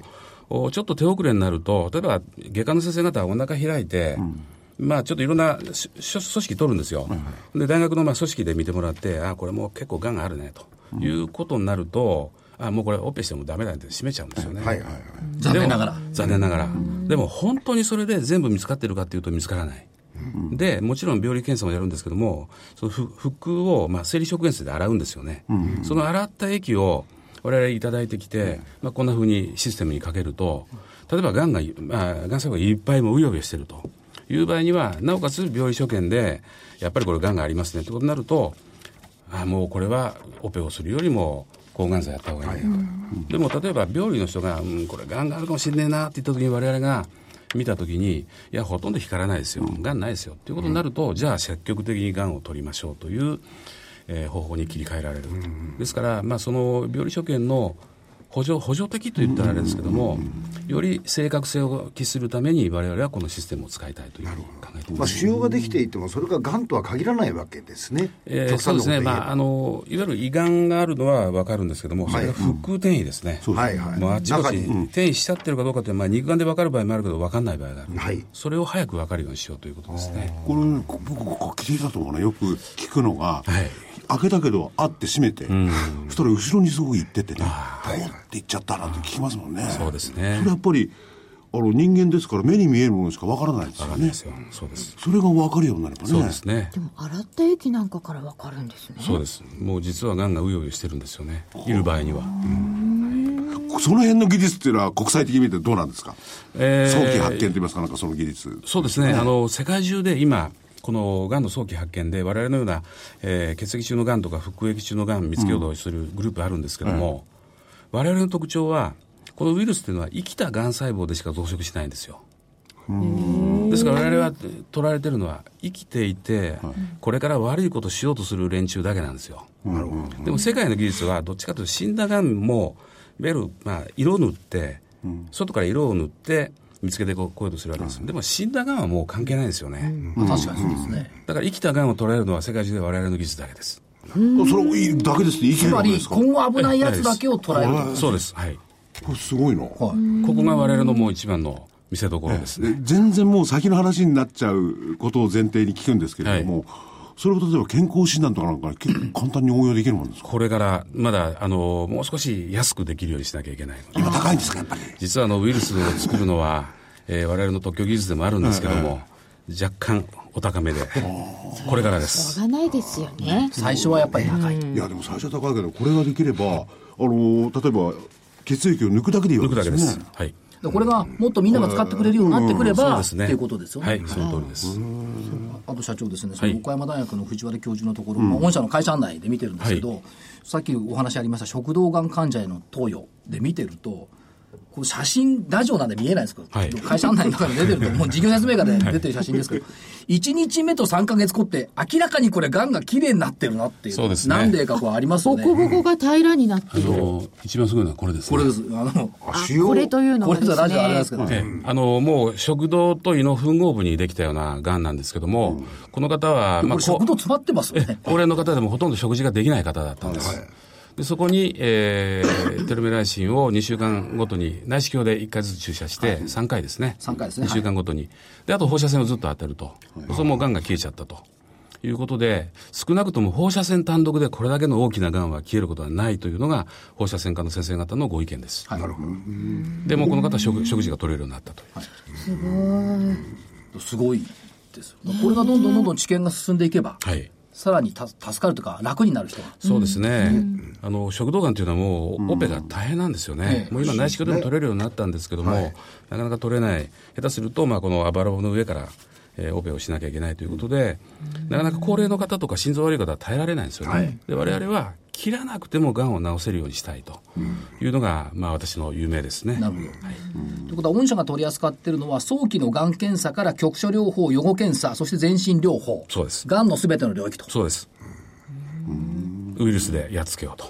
Speaker 6: おちょっと手遅れになると、例えば外科の先生方はお腹開いて、まあちょっといろんなしし組織取るんですよ、で大学のまあ組織で見てもらって、あこれもう結構がんがあるねということになると、あもうこれ、オペしてもだめだって閉めちゃうんですよね。
Speaker 4: はいはいはい。
Speaker 1: 残念ながら
Speaker 6: でも残念ながら。でも本当にそれで全部見つかってるかっていうと見つからない。で、もちろん病理検査もやるんですけども、そのふ服を、まあ、生理食塩水で洗うんですよね。その洗った液を我々いただいてきて、まあ、こんなふうにシステムにかけると、例えばがんが、まあ、がん細胞がいっぱいもううようよしてるという場合には、なおかつ病理所見で、やっぱりこれがんがありますねってことになると、あもうこれはオペをするよりも抗がん剤やった方がいいなと、でも例えば病理の人が、うん、これがんがあるかもしれねえなって言った時に我々が見た時にいやほとんど光らないですよがんないですよっていうことになると、じゃあ積極的にがんを取りましょうという、えー方法に切り替えられる、ですから、まあ、その病理所見の補助補助的と言ったらあれですけども、より正確性を期するために我々はこのシステムを使いたいというふうに考えています
Speaker 4: まあ、腫瘍ができていても、それががんとは限らないわけですね。
Speaker 6: えー
Speaker 4: 極
Speaker 6: そう
Speaker 4: 端な
Speaker 6: で
Speaker 4: こと言
Speaker 6: すね、
Speaker 4: えば
Speaker 6: まああの、いわゆる胃がんがあるのは分かるんですけども、それが腹腔転移ですね、
Speaker 4: はいはい。
Speaker 6: もうあちこ
Speaker 4: 中
Speaker 6: ち
Speaker 4: に、
Speaker 6: 転移しちゃってるかどうかって、まあ、肉眼で分かる場合もあるけど、分かんない場合がある、
Speaker 4: はい
Speaker 6: それを早く分かるようにしようということですね。
Speaker 5: これ、こ僕、こ聞いたとこね、よく聞くのが、
Speaker 6: はい
Speaker 5: 開けたけど、あって閉めて、そしたら後ろにすごく行っててね、ポンって行っちゃったなって聞きますもんね。
Speaker 6: そうですね
Speaker 5: それやっぱり、あの、人間ですから目に見えるものしかわからないですよ
Speaker 6: 分かんな
Speaker 5: ね
Speaker 6: いで。すよ、そうです、
Speaker 5: それが分かるようになればね。
Speaker 6: そうですね、
Speaker 2: でも洗った液なんかからわかるんですね
Speaker 6: そうです、もう実はがんがうようよしてるんですよね、いる場合には。
Speaker 5: その辺の技術っていうのは国際的に見てどうなんですか、
Speaker 6: えー
Speaker 5: 早期発見といいますか、なんかその技術。
Speaker 6: そうですね、あの世界中で今、このがんの早期発見で、我々のような、えー血液中のがんとか腹液中のがん見つけようとするグループあるんですけども、我々の特徴は、このウイルスというのは生きたがん細胞でしか増殖しないんですよ。ですから我々は取られてるのは生きていて、これから悪いことしようとする連中だけなんですよ。でも世界の技術はどっちかというと死んだがんもいわゆるまあ色を塗って、外から色を塗って見つけてここうとするわけですよ。でも死んだがんはもう関係ないんですよね。
Speaker 1: まあ確かにそうですね。
Speaker 6: だから生きたがんを捉えるのは世界中で我々の技術だけです。
Speaker 5: それをいいだけですって、生き
Speaker 1: つ
Speaker 5: るこ
Speaker 1: ま
Speaker 5: とで
Speaker 1: り、
Speaker 5: すか
Speaker 1: 今後危ないやつだけを捉えると。
Speaker 6: そうです。はい。
Speaker 5: これすごいな。
Speaker 1: はい。
Speaker 6: ここが我々のもう一番の見せ所ですね。
Speaker 5: で全然もう先の話になっちゃうことを前提に聞くんですけれども、それを例えば健康診断とかなんか結構簡単に応用できるもんですか
Speaker 6: これから、まだ、あの、もう少し安くできるようにしなきゃいけないので
Speaker 5: 今高いんですか、やっぱり。
Speaker 6: 実はあのウイルスを作るのは、えー、我々の特許技術でもあるんですけども、若干お高めで、これからで
Speaker 2: し
Speaker 6: す。
Speaker 2: ょうがないですよね。
Speaker 1: 最初はやっぱり高い。
Speaker 5: いや、でも最初は高いけど、これができれば、あの、例えば、血液を抜くだけでいいわ
Speaker 6: 抜
Speaker 5: け
Speaker 6: く
Speaker 5: で
Speaker 6: だ
Speaker 5: す
Speaker 6: け
Speaker 5: よ
Speaker 6: で
Speaker 5: ね。
Speaker 6: す。はい。
Speaker 1: でこれがもっとみんなが使ってくれるようになってくれば、
Speaker 6: そうですね。
Speaker 1: っていうことですよね。
Speaker 6: はい、その通りです。
Speaker 1: あと社長ですね、その
Speaker 6: はい
Speaker 1: 岡山大学の藤原教授のところ、まあ本社の会社案内で見てるんですけど、さっきお話ありました食道がん患者への投与で見てると、こう写真、ラジオなんで見えないんですけど、
Speaker 6: はい
Speaker 1: 会社案内の中に出てる と、もう事業説明会で出てる写真ですけど、1日目と3か月後って、明らかにこれ、がんが綺麗になってるなっていう、
Speaker 6: そうですね
Speaker 1: 何例かこうありますよ
Speaker 2: ボ
Speaker 1: ね。
Speaker 2: コボコが平らになって
Speaker 6: あ
Speaker 2: いる。
Speaker 6: の、一番すごいのはこれです
Speaker 1: こ
Speaker 6: ね。
Speaker 1: れです。あの、
Speaker 4: あ
Speaker 2: あ
Speaker 4: 腫瘍
Speaker 2: これというの
Speaker 1: こ
Speaker 2: が
Speaker 1: れ
Speaker 2: で
Speaker 1: と
Speaker 2: す
Speaker 1: ラ
Speaker 2: ね。
Speaker 1: ジオあれなんですけど、
Speaker 6: ええあの、もう食道と胃の吻合部にできたようながんなんですけども、この方は、
Speaker 1: こ
Speaker 6: まあ、
Speaker 1: れ食
Speaker 6: こ
Speaker 1: 道詰まってますよね。
Speaker 6: 高齢の方でもほとんど食事ができない方だったんです。でそこに、えー テルメライシンを2週間ごとに、内視鏡で1回ずつ注射して、3回ですね。
Speaker 1: 3回ですね
Speaker 6: 2週間ごとに。で、あと放射線をずっと当てると。それもがんが消えちゃったと。いうことで、少なくとも放射線単独でこれだけの大きながんは消えることはないというのが、放射線科の先生方のご意見です。
Speaker 1: はい
Speaker 6: でもうこの方は食食事が取れるようになったという。
Speaker 1: すごいですよ。これがどんどんどんどん治験が進んでいけば、
Speaker 6: はい。
Speaker 1: さらにた助かるというか、楽になる人が。
Speaker 6: そうですね、あの食道がんというのはもうオペが大変なんですよね、もう今、内視鏡でも取れるようになったんですけども、なかなか取れない、下手すると、まあ、このあばら骨の上から、えーオペをしなきゃいけないということで、なかなか高齢の方とか心臓悪い方は耐えられないんですよね、で我々は切らなくてもがんを治せるようにしたいというのが、まあ、私の有名ですね。
Speaker 1: なるほど。ということは、御社が取り扱っているのは、早期のがん検査から局所療法、予後検査、そして全身療法。
Speaker 6: そうです
Speaker 1: がんのすべての領域と。
Speaker 6: そうですウイルスでやっつけようと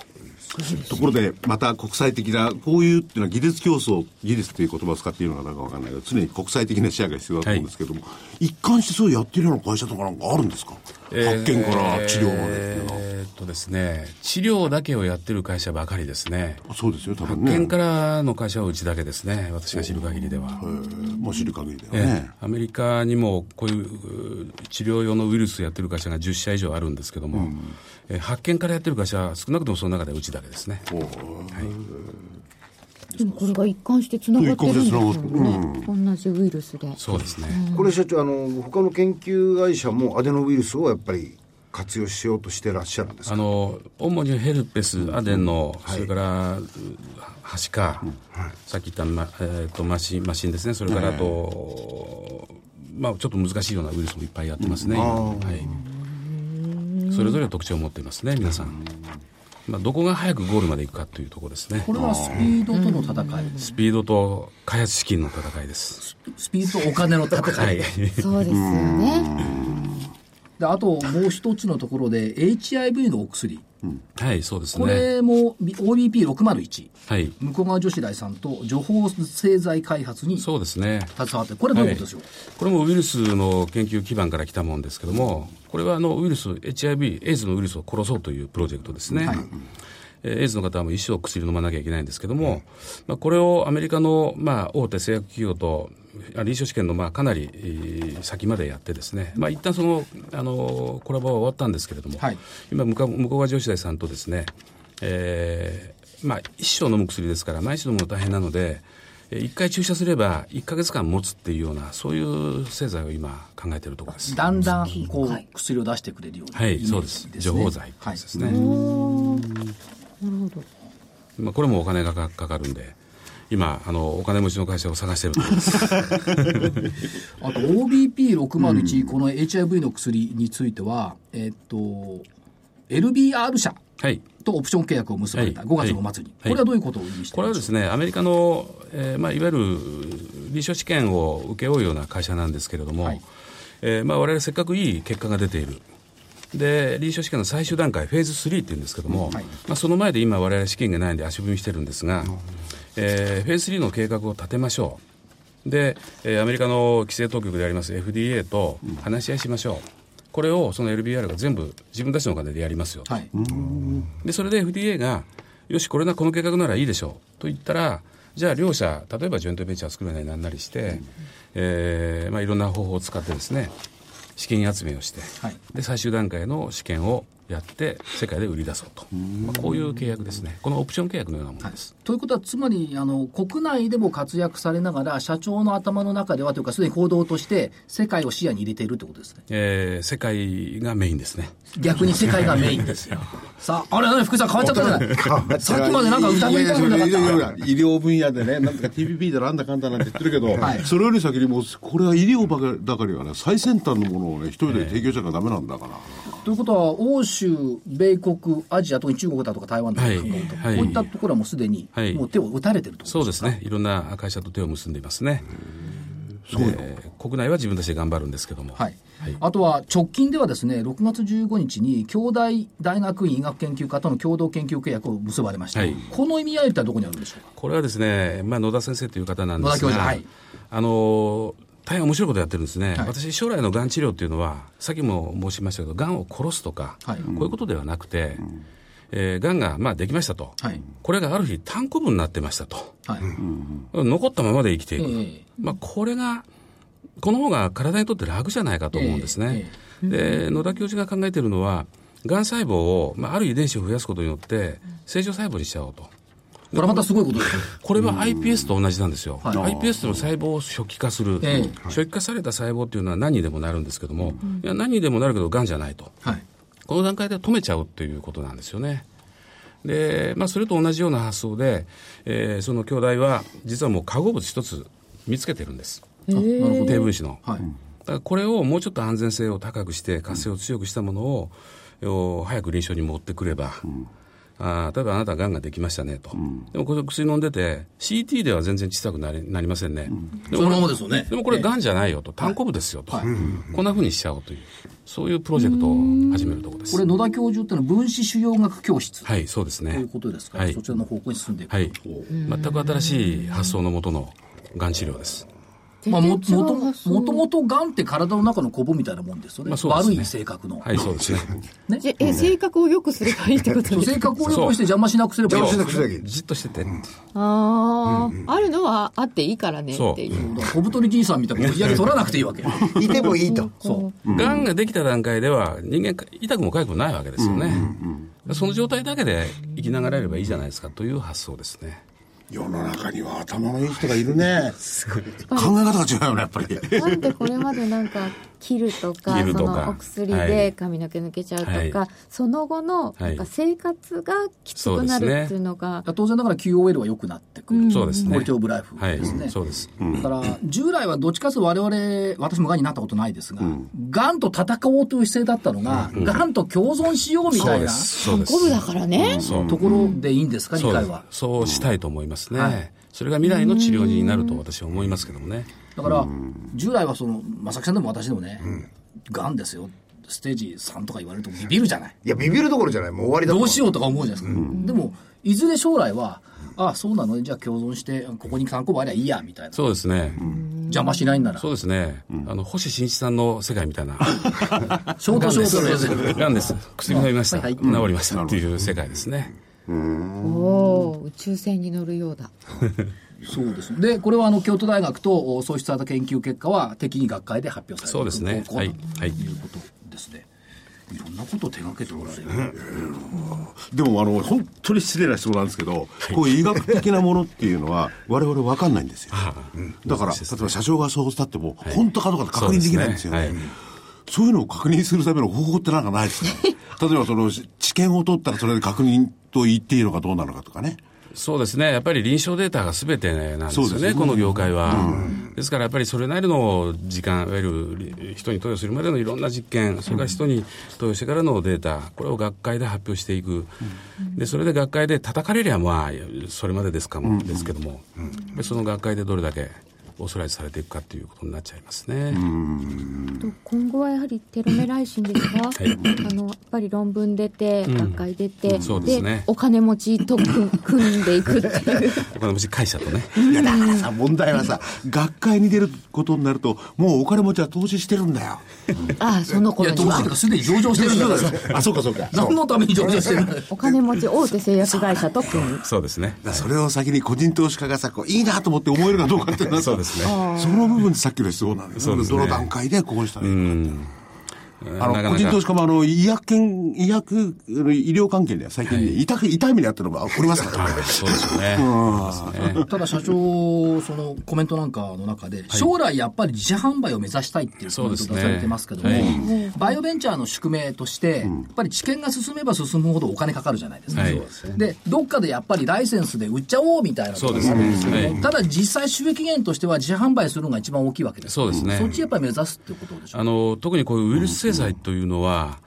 Speaker 5: ところで、また国際的な、こういうっていうのは技術競争、技術という言葉を使っているのかなんかわかんないけど、常に国際的な視野が必要だと思うんですけども、一貫してそうやってるような会社とかなんかあるんですか、発見から治療までっていうのは。
Speaker 6: えーっとですね治療だけをやってる会社ばかりですね
Speaker 5: あそうですよ、多分
Speaker 6: 発
Speaker 5: ね。
Speaker 6: 見からの会社はうちだけですね私が知る限りでは、
Speaker 5: えーまあ知る限りでは
Speaker 6: ええ
Speaker 5: ね。
Speaker 6: アメリカにもこういうう治療用のウイルスやってる会社が10社以上あるんですけども、え発見からやってる会社は少なくともその中ではうちだけですね
Speaker 2: でもこれが一貫して繋がってるんですよ
Speaker 5: 一貫して繋が
Speaker 2: ね。同じウイルスで。
Speaker 6: そうですね、
Speaker 4: これ社長あの他の研究会社もアデノウイルスをやっぱり活用しようとしてらっしゃるんですか
Speaker 6: あの主にヘルペス、アデノ、それからうはしか、さっき言った、まえー、とマシンマシンですね、それからあと、まあ、ちょっと難しいようなウイルスもいっぱいやってますね、はい、それぞれ特徴を持っていますね、皆さん。まあ、どこが早くゴールまでいくかというところですね
Speaker 1: こ、れはスピードとの戦い。
Speaker 6: スピードと開発資金の戦いです。
Speaker 1: スピードとお金の戦。
Speaker 6: はいい
Speaker 2: そうですよね。
Speaker 1: で、あともう一つのところで、HIV のお薬。
Speaker 6: はい、そうです
Speaker 1: こ
Speaker 6: ね。
Speaker 1: れも OBP601。
Speaker 6: はい。
Speaker 1: 向こう側女子大さんと、情報製剤開発に携
Speaker 6: そうですね。
Speaker 1: わって、これどういうことでしょう、
Speaker 6: これもウイルスの研究基盤から来たもんですけども、これはあのウイルス、HIV、エイズのウイルスを殺そうというプロジェクトですね。えーエイズの方はもう一生薬飲まなきゃいけないんですけども、まあ、これをアメリカの、まあ、大手製薬企業と、あ臨床試験のまあかなりえー先までやってですね、まあ、一旦その、あの、コラボは終わったんですけれども、
Speaker 1: はい
Speaker 6: 今向か、向こう側女子大さんとですね、えーまあ、一生飲む薬ですから、毎日飲むの大変なので、えー一回注射すれば1ヶ月間持つっていうような、そういう製剤を今考えているところです。
Speaker 1: だんだんこう薬を出してくれるような
Speaker 6: は
Speaker 1: イメー
Speaker 6: い、
Speaker 1: ジ
Speaker 6: そうです。
Speaker 1: ね
Speaker 6: 情報剤
Speaker 1: はい
Speaker 6: ですね。まあ、これもお金がかかるんで、今あのお金持ちの会社を探してると思います
Speaker 1: あと OBP601、この HIV の薬については、えっと、LBR 社
Speaker 6: はい
Speaker 1: とオプション契約を結ばれた、
Speaker 6: はい
Speaker 1: 5月の末に、
Speaker 6: はい
Speaker 1: これはどういうことを意味して
Speaker 6: こ
Speaker 1: いるん
Speaker 6: れは
Speaker 1: で
Speaker 6: で
Speaker 1: し
Speaker 6: すね、アメリカの、えーまあ、いわゆる臨床試験を請け負うような会社なんですけれども、えーまあ、我々せっかくいい結果が出ている。で臨床試験の最終段階、フェーズ3っていうんですけども、まあ、その前で今、我々試験がないんで足踏みしてるんですが、えーフェーズ3の計画を立てましょう、で、えーアメリカの規制当局であります FDA と話し合いしましょう、これをその LBR が全部自分たちのお金でやりますよと
Speaker 1: ょう、はい、
Speaker 6: でそれで FDA が、よし、これな、この計画ならいいでしょうと言ったら、じゃあ両社、例えばジョイントベンチャー作るなりなんなりして、えーまあ、いろんな方法を使ってですね、資金集めをして、
Speaker 1: はい
Speaker 6: で最終段階の試験をやって、世界で売り出そうと、まあ、こういう契約ですね、このオプション契約のようなものです。
Speaker 1: ということは、つまりあの国内でも活躍されながら、社長の頭の中ではというか、すでに報道として、世界を視野に入れているということですね、
Speaker 6: えー世界がメインですね。
Speaker 1: 逆に世界がメインです よ。さあ、あれ、あれ福井さん、変わっちゃったじゃない、さっきまでなんか疑いたくなかっ
Speaker 5: いやいや
Speaker 1: た。
Speaker 5: いや医療分野で ね、なんとか TPP だなんだかんだなんて言ってるけど、
Speaker 1: はい
Speaker 5: それより先にもう、これは医療ばかりだからね、最先端のものをね、一人で提供しちゃダメなんだから。
Speaker 1: ということは、欧州、米国、アジア、特に中国だとか台湾だとか、
Speaker 6: はい
Speaker 1: こう
Speaker 6: はい
Speaker 1: いったところはもうすでに、
Speaker 6: はい
Speaker 1: もう手を打たれてると、
Speaker 6: そうですね。いろんな会社と手を結んでいますね。で国内は自分たちで頑張るんですけども。
Speaker 1: はいあとは直近ではですね、6月15日に、京大大学院医学研究科との共同研究契約を結ばれました、
Speaker 6: はい
Speaker 1: この意味合いってどこにあるんでしょうか。
Speaker 6: これはですね、まあ、野田先生という方なんで
Speaker 1: 野
Speaker 6: す
Speaker 1: 田教
Speaker 6: が、
Speaker 1: 授はい
Speaker 6: あの大変面白いことやってるんですね、
Speaker 1: はい
Speaker 6: 私、将来のがん治療っていうのは、さっきも申しましたけど、がんを殺すとか、
Speaker 1: はい
Speaker 6: こういうことではなくて、えーがんが、まあ、できましたと、
Speaker 1: はい
Speaker 6: これがある日、単行部になってましたと、
Speaker 1: はい、
Speaker 6: 残ったままで生きていく、
Speaker 1: ええ
Speaker 6: まあ、これが、この方が体にとって楽じゃないかと思うんですね。で野田教授が考えているのは、がん細胞を、まあ、ある遺伝子を増やすことによって、正常細胞にしちゃおうと。
Speaker 1: これはまたすごいことです よ。
Speaker 6: これは iPS と同じなんですよ、
Speaker 1: はい
Speaker 6: iPS の細胞を初期化する、
Speaker 1: ええ
Speaker 6: 初期化された細胞っていうのは何にでもなるんですけども、いや何にでもなるけど、がんじゃないと、
Speaker 1: はい。
Speaker 6: この段階で止めちゃうということなんですよね。でまあ、それと同じような発想で、えーその兄弟は、実はもう化合物一つ見つけてるんです、低分子の。
Speaker 1: はい。
Speaker 6: だからこれをもうちょっと安全性を高くして、活性を強くしたものを、お早く臨床に持ってくれば、あー例えばあなた、がんができましたねと、でもこれ、薬飲んでて、CT では全然小さくなりなりませんね、で
Speaker 1: そ
Speaker 6: も
Speaker 1: のま
Speaker 6: これ
Speaker 1: まですよね。
Speaker 6: でもこれ、がんじゃないよと、単行部ですよと、こんなふうにしちゃおうという、そういうプロジェクトを始めるところです。
Speaker 1: これ野田教授ってのは分子腫瘍学教室
Speaker 6: はい、そうですね。
Speaker 1: ということですから、
Speaker 6: はい
Speaker 1: そちらの方向に進んでいく。
Speaker 6: はい、全く新しい発想のもとのがん治療です。
Speaker 1: まあ、も
Speaker 2: 全然違う
Speaker 1: もとも
Speaker 2: 発想
Speaker 1: ともとがんって体の中のコブみたいなもんですよね。
Speaker 6: まあそうですね
Speaker 1: 悪い性格の。
Speaker 6: はい、そうですね。
Speaker 2: じゃえ、性格を良くすればいいってこと
Speaker 1: そう
Speaker 2: です
Speaker 1: 性格を良くして邪魔しなくすればいい。
Speaker 4: 邪魔しなくすればいい
Speaker 6: じっとしてて。
Speaker 2: ああ、あるのはあっていいからね
Speaker 6: そう
Speaker 2: っていう。
Speaker 1: だから小太りじいさんみたい な、いや取らなくていいわけ。
Speaker 4: いてもいいと。
Speaker 1: そう。
Speaker 6: がんができた段階では、人間、痛くも痒くもないわけですよね。その状態だけで生きながらえればいいじゃないですかという発想ですね。
Speaker 5: 世の中には頭のいい人がいるね。考え方が違うよね、やっぱり。
Speaker 2: なんでこれまでなんか切るとか
Speaker 6: 切るとか
Speaker 2: そのお薬
Speaker 6: は
Speaker 2: で
Speaker 6: い
Speaker 2: 髪の毛抜けちゃうとか、
Speaker 6: はい
Speaker 2: その後のなんか生活がきつくなるっていうのが、
Speaker 1: 当然ながら QOL は良くなってくる。
Speaker 6: そうですね
Speaker 1: クオリティオブライフ
Speaker 6: はい
Speaker 1: ですね。、
Speaker 6: そうです。
Speaker 1: だから、従来はどっちかというと我々、私もがんになったことないですが、が、んと戦おうという姿勢だったのが、が、んと共存しようみ
Speaker 6: そ
Speaker 1: た
Speaker 6: う
Speaker 1: い
Speaker 6: で
Speaker 1: な
Speaker 6: す。そうです。
Speaker 2: ゴブだからね。
Speaker 6: そう
Speaker 1: ところでいいんですか、理
Speaker 6: そうで
Speaker 1: 解
Speaker 6: す
Speaker 1: は。
Speaker 6: そうしたいと思いますね。それが未来の治療になると私は思いますけどもね。
Speaker 1: だから、従来はその、まさきさんでも私でもね、が、んですよ、ステージ3とか言われるとビビるじゃない。
Speaker 4: いや、ビビるどころじゃない。もう終わりだと
Speaker 1: ど
Speaker 4: 思
Speaker 1: うしようとか思うじゃないですか。でも、いずれ将来は、ああ、そうなのね、じゃあ共存して、ここに3個もありゃいいや、みたいな。
Speaker 6: そうですね。
Speaker 1: 邪魔しないんなら。
Speaker 6: そうですね。あの、星新一さんの世界みたいな。
Speaker 1: ショー
Speaker 6: が
Speaker 1: ト
Speaker 6: ん
Speaker 1: ショート
Speaker 6: で
Speaker 1: です
Speaker 6: す。がんです。薬飲みました。
Speaker 1: はい
Speaker 6: 治りました。っていう世界ですね。
Speaker 2: おお、宇宙船に乗るようだ。
Speaker 1: そうですね。で、これはあの京都大学とお創出された研究結果は適宜学会で発表されてい
Speaker 6: そうですね
Speaker 1: こうこう
Speaker 6: はいはい
Speaker 1: ということですね。いろんなことを手掛けておられる。
Speaker 5: でもあの本当に失礼な質問なんですけど、こういう医学的なものっていうのは我々分かんないんですよ、うんだから、例えば社長がそうしたっても、本当かどうか確認できないんですよね
Speaker 6: そうですね
Speaker 5: そういうのを確認するための方法ってなんか ないですか例えばそのし治験を取ったらそれで確認と言っていいのかどうなのかとかね
Speaker 6: そうですね、やっぱり臨床データがすべてなんですよね、ねこの業界は、うん。ですからやっぱりそれなりの時間、いわゆる人に投与するまでのいろんな実験、それから人に投与してからのデータ、これを学会で発表していく、でそれで学会で叩かれりゃ、まあ、それまでですかも、ですけども、その学会でどれだけオーソライズされていくかということになっちゃいますね。
Speaker 3: 今後はやはりテロメライシンですが、はい、あのやっぱり論文出て、うん、学会出て、うんでね、でお金持ちと組んでいくっていう。
Speaker 6: お金持ち会社とね。
Speaker 5: いやだからさ問題はさ学会に出ることになるともうお金持ちは投資してるんだよ。
Speaker 3: ああその頃に
Speaker 1: は。投資とかすでに上場してるんだ
Speaker 5: から。 あそうかそうか。
Speaker 1: 何のために上場してる。、
Speaker 3: お金持ち大手製薬会社と組む。
Speaker 6: そうですね。
Speaker 5: それを先に個人投資家がさこういいなと思って思えるかどうかっていうのは
Speaker 6: そうですね。
Speaker 5: その部分でさっきの質問なんです。その段階でこうしたらいいのかって。あの、なかなか個人投資家も、あの、医薬研、医薬、医療関係では最近ね、はい、痛く、痛い目にあったのがおりますからね。
Speaker 6: そうですよね。うん
Speaker 1: ただ社長、そのコメントなんかの中で、はい、将来やっぱり自社販売を目指したいっていうコメントがされてますけども、ねはい、バイオベンチャーの宿命として、やっぱり知見が進めば進むほどお金かかるじゃないですか。で、どっかでやっぱりライセンスで売っちゃおうみたいな
Speaker 6: そうですね。
Speaker 1: ただ実際収益源としては自社販売するのが一番大きいわけです。
Speaker 6: そうですね。
Speaker 1: そっちやっぱり目指すっていうことでしょう、ね、あ
Speaker 6: の、特にこういうウイルス製剤というのは、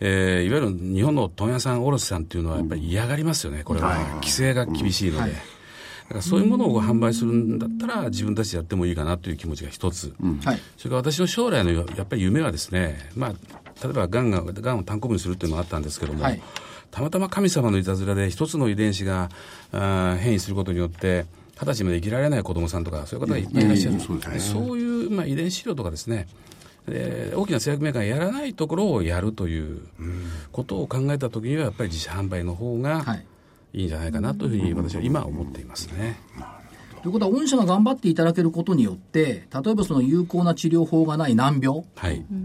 Speaker 6: えー、いわゆる日本の問屋さん、卸さんというのは、やっぱり嫌がりますよね、これは、規制が厳しいので。だからそういうものを販売するんだったら、自分たちでやってもいいかなという気持ちが一つ、うん、それから私の将来のやっぱり夢はですね、まあ、例えばがんががんを単行部にするっていうのもあったんですけども、はい、たまたま神様のいたずらで、一つの遺伝子があ変異することによって、二十歳まで生きられない子どもさんとか、そういう方がいっぱいいらっしゃる、そう,ね、そういう、まあ、遺伝子治療とかですね、えー、大きな製薬メーカーがやらないところをやるということを考えたときには、やっぱり自社販売の方がいいんじゃないかなというふうに、私は今、思っていますね。
Speaker 1: ということは、御社が頑張っていただけることによって、例えばその有効な治療法がない難病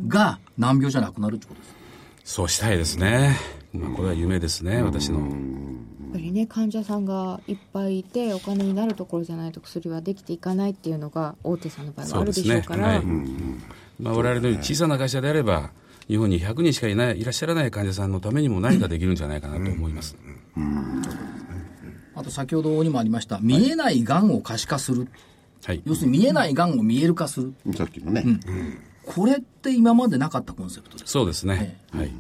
Speaker 1: が難病じゃなくなるってことです、はい、
Speaker 6: そうしたいですね、まあ、これは夢ですね、私の。
Speaker 3: やっぱりね患者さんがいっぱいいてお金になるところじゃないと薬はできていかないっていうのが大手さんの場合はあるでしょうから。
Speaker 6: まあ、我々のように小さな会社であれば、日本に100人しかいないいらっしゃらない患者さんのためにも何かできるんじゃないかなと思います。
Speaker 1: あと先ほどにもありました、見えないがんを可視化する、はい、要するに見えないがんを見える化する、
Speaker 5: さっきのね、
Speaker 1: これって今までなかったコンセプトです。
Speaker 6: そうですね、はい、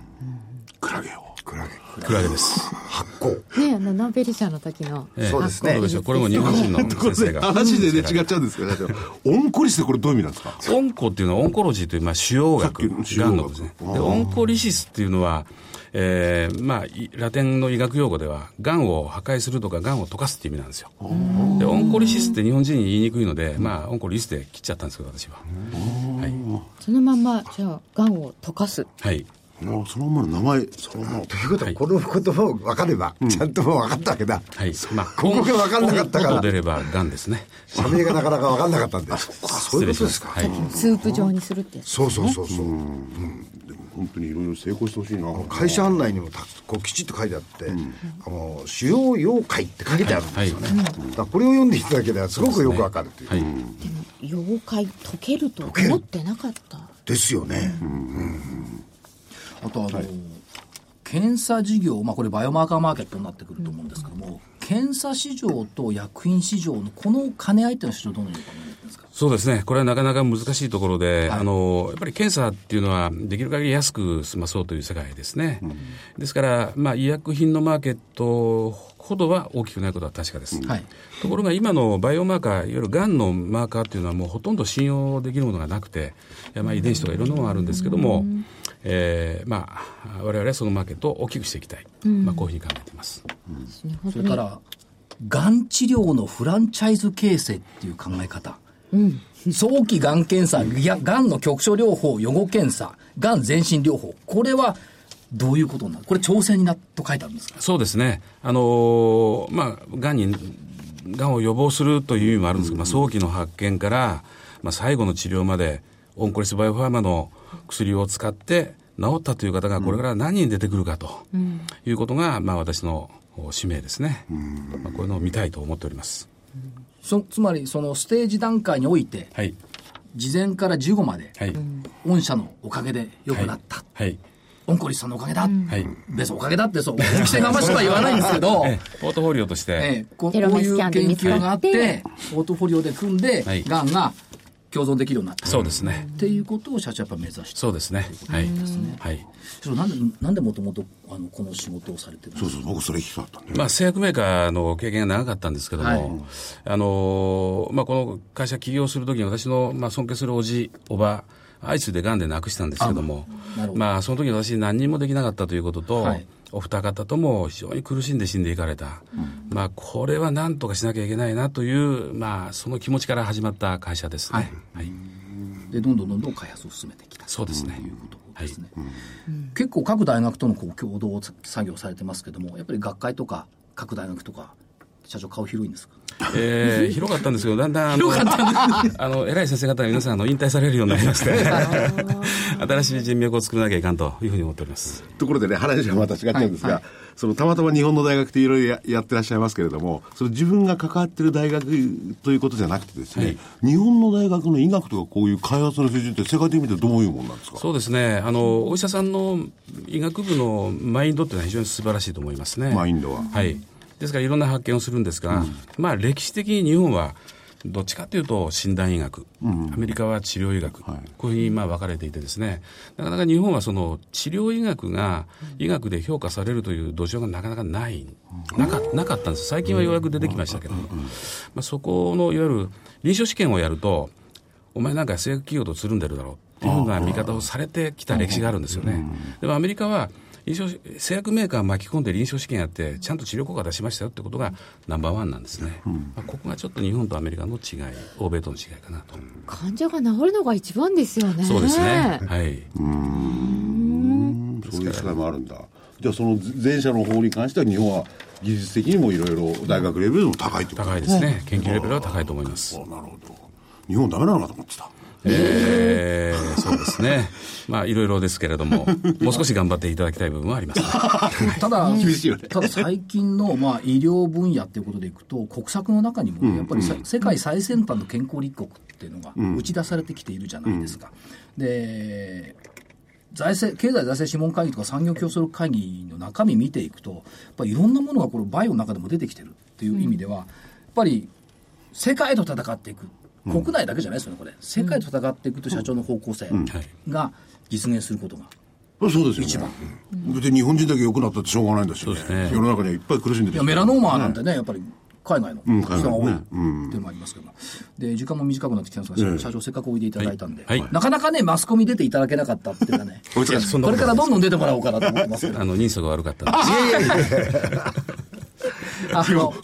Speaker 5: クラゲを
Speaker 4: クラゲ
Speaker 6: クラゲです
Speaker 4: 発酵
Speaker 3: ねナナンペリ社の時の、
Speaker 4: そうですね
Speaker 6: これも日本人の先生が
Speaker 5: 話でね違っちゃうんですけどオンコリスってこれどういう意味なんです
Speaker 6: かオンコっていうのはオンコロジーというまあ腫瘍学がんのですねでオンコリシスっていうのはえー、まあラテンの医学用語ではがんを破壊するとかがんを溶かすっていう意味なんですよでオンコリシスって日本人に言いにくいので、まあ、オンコリスで切っちゃったんですけど私は、
Speaker 3: はい、そのままじゃあがんを溶かす。
Speaker 6: はい
Speaker 5: もうそのままの名前、そのまま。。
Speaker 4: ということは、この言葉を分かれば、ちゃんともう分かったわけだ。
Speaker 6: はい。
Speaker 4: まあ、ここが分かんなかったから。
Speaker 6: 出れば、がんですね。
Speaker 4: 社名がなかなか分かんなかったんで。あ、そういうことですか。はい
Speaker 3: スープ状にするって。
Speaker 4: そうそうそうそう。うん
Speaker 5: でも本当にいろいろ成功してほしいな。
Speaker 4: 会社案内にもこうきちっと書いてあって、あの、主要要解って書いてあるんですよね。だこれを読んでいただけでは、すごくよく分かるという。はい。でも、
Speaker 3: 妖怪解けると思ってなかった。
Speaker 4: ですよね。うん
Speaker 1: あとあの、はい、検査事業、まあ、これ、バイオマーカーマーケットになってくると思うんですけども、うん、検査市場と薬品市場のこの兼ね合いというのは、市場、どのように考えですか
Speaker 6: そうですね、これはなかなか難しいところで、はい、あのやっぱり検査っていうのは、できる限り安く済まそうという世界ですね、うん、ですから、まあ、医薬品のマーケットほどは大きくないことは確かです、うんはい、ところが今のバイオマーカー、いわゆるがんのマーカーっていうのは、もうほとんど信用できるものがなくて、まあ、遺伝子とかいろんなものがあるんですけども。えー、まあ我々はそのマーケットを大きくしていきたい、うん、まあ、こういうふうに考えています、
Speaker 1: うん、それからがん治療のフランチャイズ形成っていう考え方、うん、早期がん検査、いやがんの局所療法予後検査がん全身療法これはどういうことになるこれ調整になと書いてあるんですか
Speaker 6: そうですねあのー、まあがんにがんを予防するという意味もあるんですけど、まあ、早期の発見から、まあ、最後の治療までオンコリスバイオファーマの薬を使って治ったという方がこれから何人出てくるかということが、まあ、私の使命ですね、まあ、こういうのを見たいと思っております、
Speaker 1: そつまりそのステージ段階において、はい、事前から15まで、はい、御社のおかげでよくなった、
Speaker 6: はい、はい
Speaker 1: オンコリスさんのおかげだ、うん、別におかげだってそう、大きさがましくは言わないんですけど、
Speaker 6: ポートフォリオとして、え
Speaker 1: ー、こういう研究があって、ポートフォリオで組んで、はい、がんが共存できるようになった。
Speaker 6: そうですね。
Speaker 1: っていうことを社長やっぱ目指して
Speaker 6: そうですね。はい。ですね。はい。
Speaker 1: なんで、なんでもともと、あの、この仕事をされてる、
Speaker 5: そうそう、僕それ聞きたかった
Speaker 6: ね。まあ、製薬メーカーの経験が長かったんですけども、はい、あの、まあ、この会社起業するときに私の、まあ、尊敬するおじ、おば、相次いでがんで亡くしたんですけども、あどまあ、その時私何にもできなかったということと、はい、お二方とも非常に苦しんで死んでいかれた、うん、まあ、これはなんとかしなきゃいけないなという、まあ、その気持ちから始まった会社ですね。はい、はい
Speaker 1: でどんどんどんどん開発を進めてきた
Speaker 6: そうですね。
Speaker 1: ということですね、はいうん、結構各大学とのこう共同作業されてますけどもやっぱり学会とか各大学とか社長顔広いんですか
Speaker 6: え ー、広かったんですけど、だんだん、あの、あの偉い先生方、皆さん、あの、引退されるようになりまして、 新しい人脈を作らなきゃいかんというふうに思っております。
Speaker 5: ところでね、話はまた違っちゃうんですが、はい、その、たまたま日本の大学でいろいろやってらっしゃいますけれども、その自分が関わってる大学ということじゃなくてですね、はい、日本の大学の医学とかこういう開発の水準って世界的に見てどういうもんなんですか
Speaker 6: そうですね、あの、お医者さんの医学部のマインドっていうのは非常に素晴らしいと思いますね。
Speaker 5: マインドは。
Speaker 6: はい。ですからいろんな発見をするんですが、うん、まあ歴史的に日本はどっちかというと診断医学、うん、アメリカは治療医学、はい、こういうふうにまあ分かれていてですね、なかなか日本はその治療医学が医学で評価されるという土壌がなかなかない、うん、なかなかったんです。最近はようやく出てきましたけども、まあ、そこのいわゆる臨床試験をやると、お前なんか製薬企業とつるんでるだろうっていうふうな見方をされてきた歴史があるんですよね。でもアメリカは臨床製薬メーカー巻き込んで臨床試験やって、ちゃんと治療効果出しましたよってことがナンバーワンなんですね、うん、まあ、ここがちょっと日本とアメリカの違い、欧米との違いかなと
Speaker 3: 患者が治るのが一番ですよね、
Speaker 6: そうですね、はい、
Speaker 5: うんそういう違いもあるんだ、じゃあ、その前者の方に関しては、日本は技術的にもいろいろ大学レベルも高いってこと
Speaker 6: 高いですね、研究レベルは高いと思います。
Speaker 5: なるほど日本ダメなのかと思ってた
Speaker 6: えー、そうですね。まあ、いろいろですけれども、もう少し頑張っていただきたい部分 はあります、ね、
Speaker 1: ただ、ただ最近の、まあ、医療分野っていうことでいくと、国策の中にも、ね、やっぱり、うんうん、世界最先端の健康立国っていうのが打ち出されてきているじゃないですか。うん、で、財政、経済財政諮問会議とか産業競争会議の中身見ていくと、やっぱりいろんなものがこのバイオの中でも出てきてるっていう意味では、やっぱり世界と戦っていく。国内だけじゃないですよね、これ、世界と戦っていくと社長の方向性が実現することが。
Speaker 5: そうですよ、一番。別に日本人だけ良くなったってしょうがないんだし、世の中にはいっぱい苦しんでる
Speaker 1: いや、メラノーマーなんてね、やっぱり海外の人が多いっていうのもありますけど、で、時間も短くなってきたんですが、社長せっかくおいでいただいたんで、なかなかね、マスコミ出ていただけなかったっていうのは ね、これからどんどん出てもらおうかなと思ってます
Speaker 6: あの、人相が悪かった
Speaker 5: いやいやいや。違う、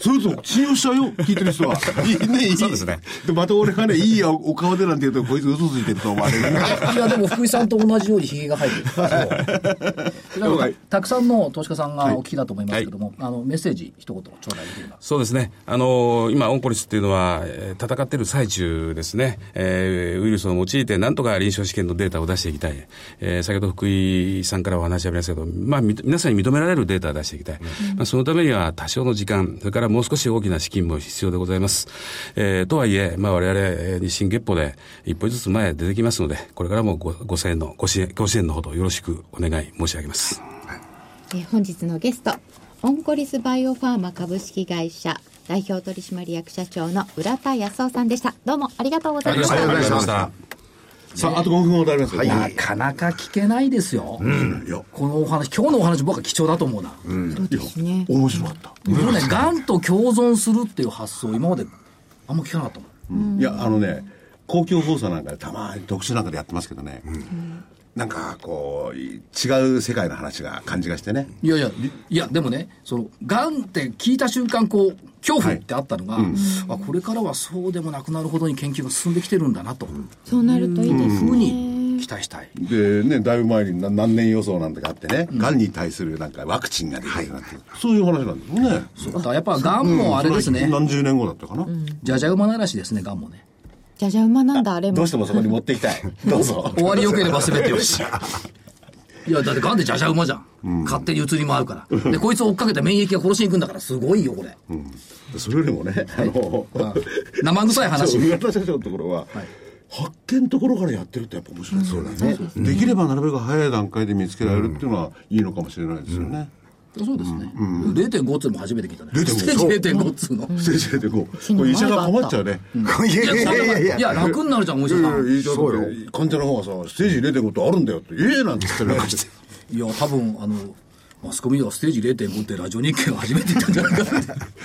Speaker 5: それと信用したよ、聞いてる 人は。いいね、いい。
Speaker 6: そうですね。
Speaker 5: で、また俺がね、いいや、お顔でなんて言うと、こいつ嘘ついてると思われる。
Speaker 1: いや、でも福井さんと同じようにひげが生えてる。たくさんの投資家さんがお聞きだと思いますけども、あの、メッセージ、一言、頂戴できれば。
Speaker 6: そうですね。あの、今、オンコリスっていうのは、戦ってる最中ですね。えー、ウイルスを用いて、なんとか臨床試験のデータを出していきたい。えー、先ほど福井さんからお話ありましたけど、まあ、皆さんに認められるデータを出していきたい。まあ、そのためには、多少の時間、それからもう少し大きな資金も必要でございます。えー、とはいえ、まあ、我々、日進月歩で一歩ずつ前へ出てきますので、これからもごご支援のご支援、ご支援のほどよろしくお願い申し上げます。
Speaker 3: えー、本日のゲスト、オンコリスバイオファーマ株式会社代表取締役社長の浦田康夫さんでした。どうもありがとうございました。
Speaker 5: ありがとうございました。 さあ、あと5分ほどあります
Speaker 1: はい、なかなか聞けないですよ。うん、このお話、今日のお話、僕は貴重だと思うな。
Speaker 5: うん、そうですね。面白かった。
Speaker 1: 僕ね、がんと共存するっていう発想、今まであんま聞かなかったも
Speaker 5: ん。うん、いや、あのね、公共放送なんかでたまに特集なんかでやってますけどね。うんなんかこう違う世界の話が感じがしてね
Speaker 1: いやいやいやでもねそのがんって聞いた瞬間こう恐怖ってあったのが、はいうん、あこれからはそうでもなくなるほどに研究が進んできてるんだなと、うん、
Speaker 3: そうなるといいですね、
Speaker 1: ふうに期待したい
Speaker 5: でねだいぶ前に何年予想なんてがあってね、うん、がんに対するなんかワクチンができるなんて、はい、そういう話なんですね
Speaker 1: そうだやっぱがんもあれですね、
Speaker 5: 何十年後だったかな、
Speaker 1: じゃじゃ馬ならしですねがんもね
Speaker 3: じゃじゃ馬なんだ、あれも。
Speaker 5: どうしてもそこに持っていきたい。どう ぞ。、
Speaker 1: 終わりよければ全てよ し。いや、だってガンでじゃじゃ馬じゃん。うん、勝手に移り回るから。で、こいつを追っかけて免疫が殺しに行くんだから、すごいよ、これ。うん
Speaker 5: それよりもね、あの、
Speaker 1: 生臭い話。
Speaker 5: 浦田社長のところは、発見のところからやってるってやっぱ面白いですよね,、うんねできればなるべく早い段階で見つけられるっていうのはいいのかもしれないですよね、
Speaker 1: そうですね。0.5通も初めて聞いたね。0.5通の。
Speaker 5: 0.5。これ医者が困っちゃうね。
Speaker 1: いやいやいやいや、楽になるじゃん、お医者さん。
Speaker 5: 医者だ患者の方がさ、ステージ0.5ってあるんだよって、ええなんて言ってるわけ
Speaker 1: いや、多分、あの、マスコミではステージ0.5ってラジオ日経が初めて言ったんじゃないかな。
Speaker 5: い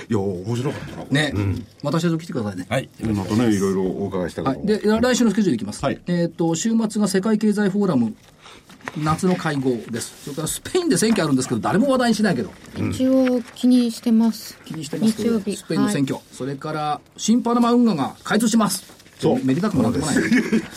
Speaker 5: や、面白かったな。
Speaker 1: ね。また社長来てくださいね。
Speaker 5: はい。またね、いろいろお伺いした
Speaker 1: いで、来週のスケジュールいきます。えっと、週末が世界経済フォーラム夏の会合です、それからスペインで選挙あるんですけど、誰も話題にしないけど、
Speaker 3: 一応、気にしてます、
Speaker 1: 気にしてます日曜日スペインの選挙、それから新パナマ運河が開通します。そうめでたくもなってこない
Speaker 3: こ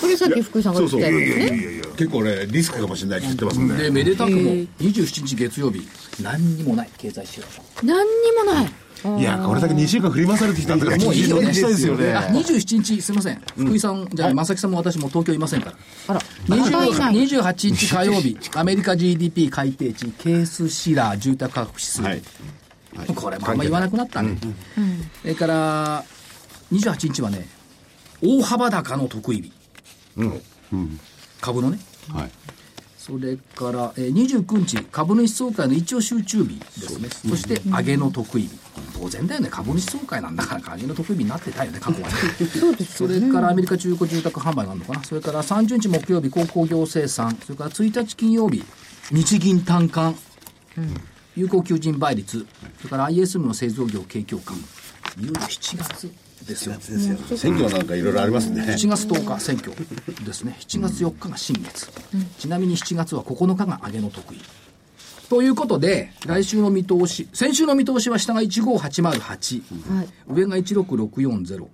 Speaker 3: れさっき福井さんが言ってたよね
Speaker 5: 結構ねリスクかもしれないって言ってますね
Speaker 1: でめでたくも27日月曜日何にもない経済収
Speaker 3: 入何にもない
Speaker 5: いや、これだけ2週間振り回されてきたんだから、もういいよね。ですよね。
Speaker 1: 27日、すみません。福井さん、じゃあ、正木さんも私も東京いませんから。あら、28日火曜日、アメリカ GDP 改定値、ケースシラー住宅価格指数。これもあんま言わなくなったね。それから、28日はね、大幅高の得意日。株のね。それから、えー、29日、株主総会の一応集中日ですね、そして上げの得意日、当然だよね、株主総会なんだから、上げの得意日になってたよね、過去はね。それからアメリカ中古住宅販売があるのかな、それから30日木曜日、鉱工業生産、それから1日金曜日、日銀短観、有効求人倍率、それから ISM の製造業景況感、いよいよ7月。ですよ
Speaker 5: 選挙なんかいろいろありますね
Speaker 1: 7月10日選挙ですね7月4日が新月、うん、ちなみに7月は9日が上げの得意ということで来週の見通し先週の見通しは下が15808、はい、上が16640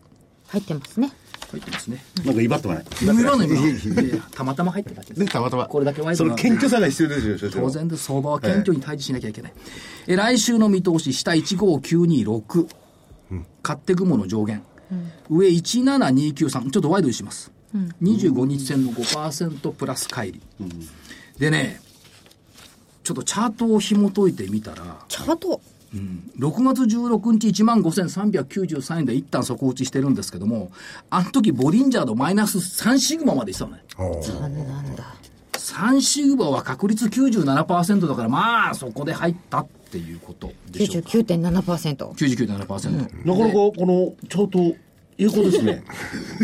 Speaker 3: 入ってますね
Speaker 1: 入ってますね
Speaker 5: なんか威張ってもない
Speaker 1: 威張ってないたまたま入ってたけ
Speaker 5: でたまたま
Speaker 1: これだけワイ
Speaker 5: その謙虚さが必要ですよ
Speaker 1: 当然で相場は謙虚に対峙しなきゃいけない、え来週の見通し下15926勝手雲の上限、うん、上17293ちょっとワイドにします、うん、25日線の5%プラス乖離、うん、でねちょっとチャートを紐解いてみたら
Speaker 3: チャート、
Speaker 1: うん、6月16日1万5393円で一旦底打ちしてるんですけどもあの時ボリンジャーのマイナス3シグマまでいったのね
Speaker 3: 残念なんだ
Speaker 1: 3シグマは確率97%だからまあそこで入ったっていうことでしょうか
Speaker 3: 99.7%。
Speaker 1: 99.7%、うん、なか
Speaker 5: なかこのチャート有効ですね。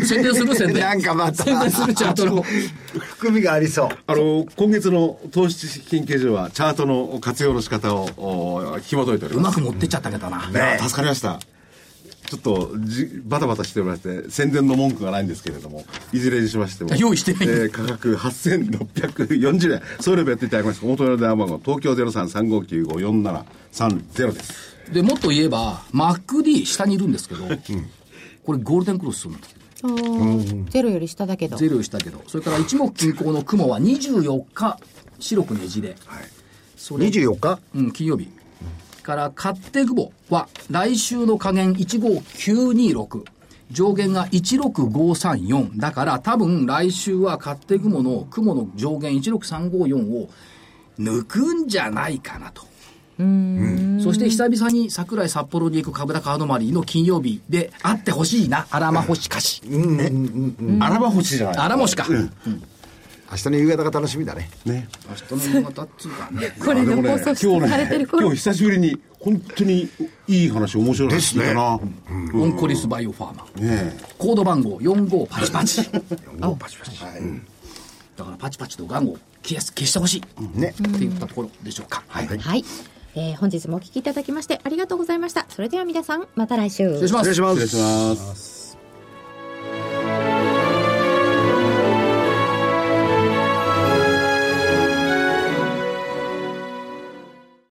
Speaker 1: 宣伝する宣伝。
Speaker 4: なんかまた。
Speaker 1: 宣伝するチャートの。。
Speaker 4: 含みがありそう。
Speaker 5: あの、今月の投資研究所はチャートの活用の仕方を紐解いております
Speaker 1: うまく持ってっちゃったけどな。
Speaker 5: うん、ね助かりました。ちょっとじバタバタしておりまして、宣伝の文句がないんですけれども、いずれにしましても、
Speaker 1: 用意してない、え
Speaker 5: ー、価格8640円、送料でやっていただきました、元の電話番号、東京0335954730です。
Speaker 1: で、もっと言えば、マック D、下にいるんですけど、うん、これ、ゴールデンクロスするんです
Speaker 3: ゼロより下だけど。
Speaker 1: ゼロより下だけど、それから一目均衡の雲は24日、白くねじれ。はい、
Speaker 4: それ24日
Speaker 1: うん、金曜日。から勝手久保は来週の下限15926上限が16534だから多分来週は勝手雲の雲の上限16354を抜くんじゃないかなと。そして久々に桜井札幌に行く株高アノマリーの金曜日であってほしいな、あらま星かし。
Speaker 5: あらま星じゃない
Speaker 1: あらもしか。うん
Speaker 4: 明日の夕方が楽しみだね。
Speaker 5: ね。
Speaker 1: 明日の夕方っつうかね。
Speaker 3: これの放送してされてる
Speaker 5: 頃、今日久しぶりに本当にいい話面白い
Speaker 4: ですね。オ
Speaker 1: ンコリスバイオファーマ。コード番号四五パチパチ。四五パチパチ。だからパチパチとガンを消す消してほしい。ね。って言ったところでしょうか。
Speaker 3: はい。はい。えー、本日もお聞きいただきましてありがとうございました。それでは皆さんまた来週。
Speaker 1: 失礼します。
Speaker 5: 失礼します。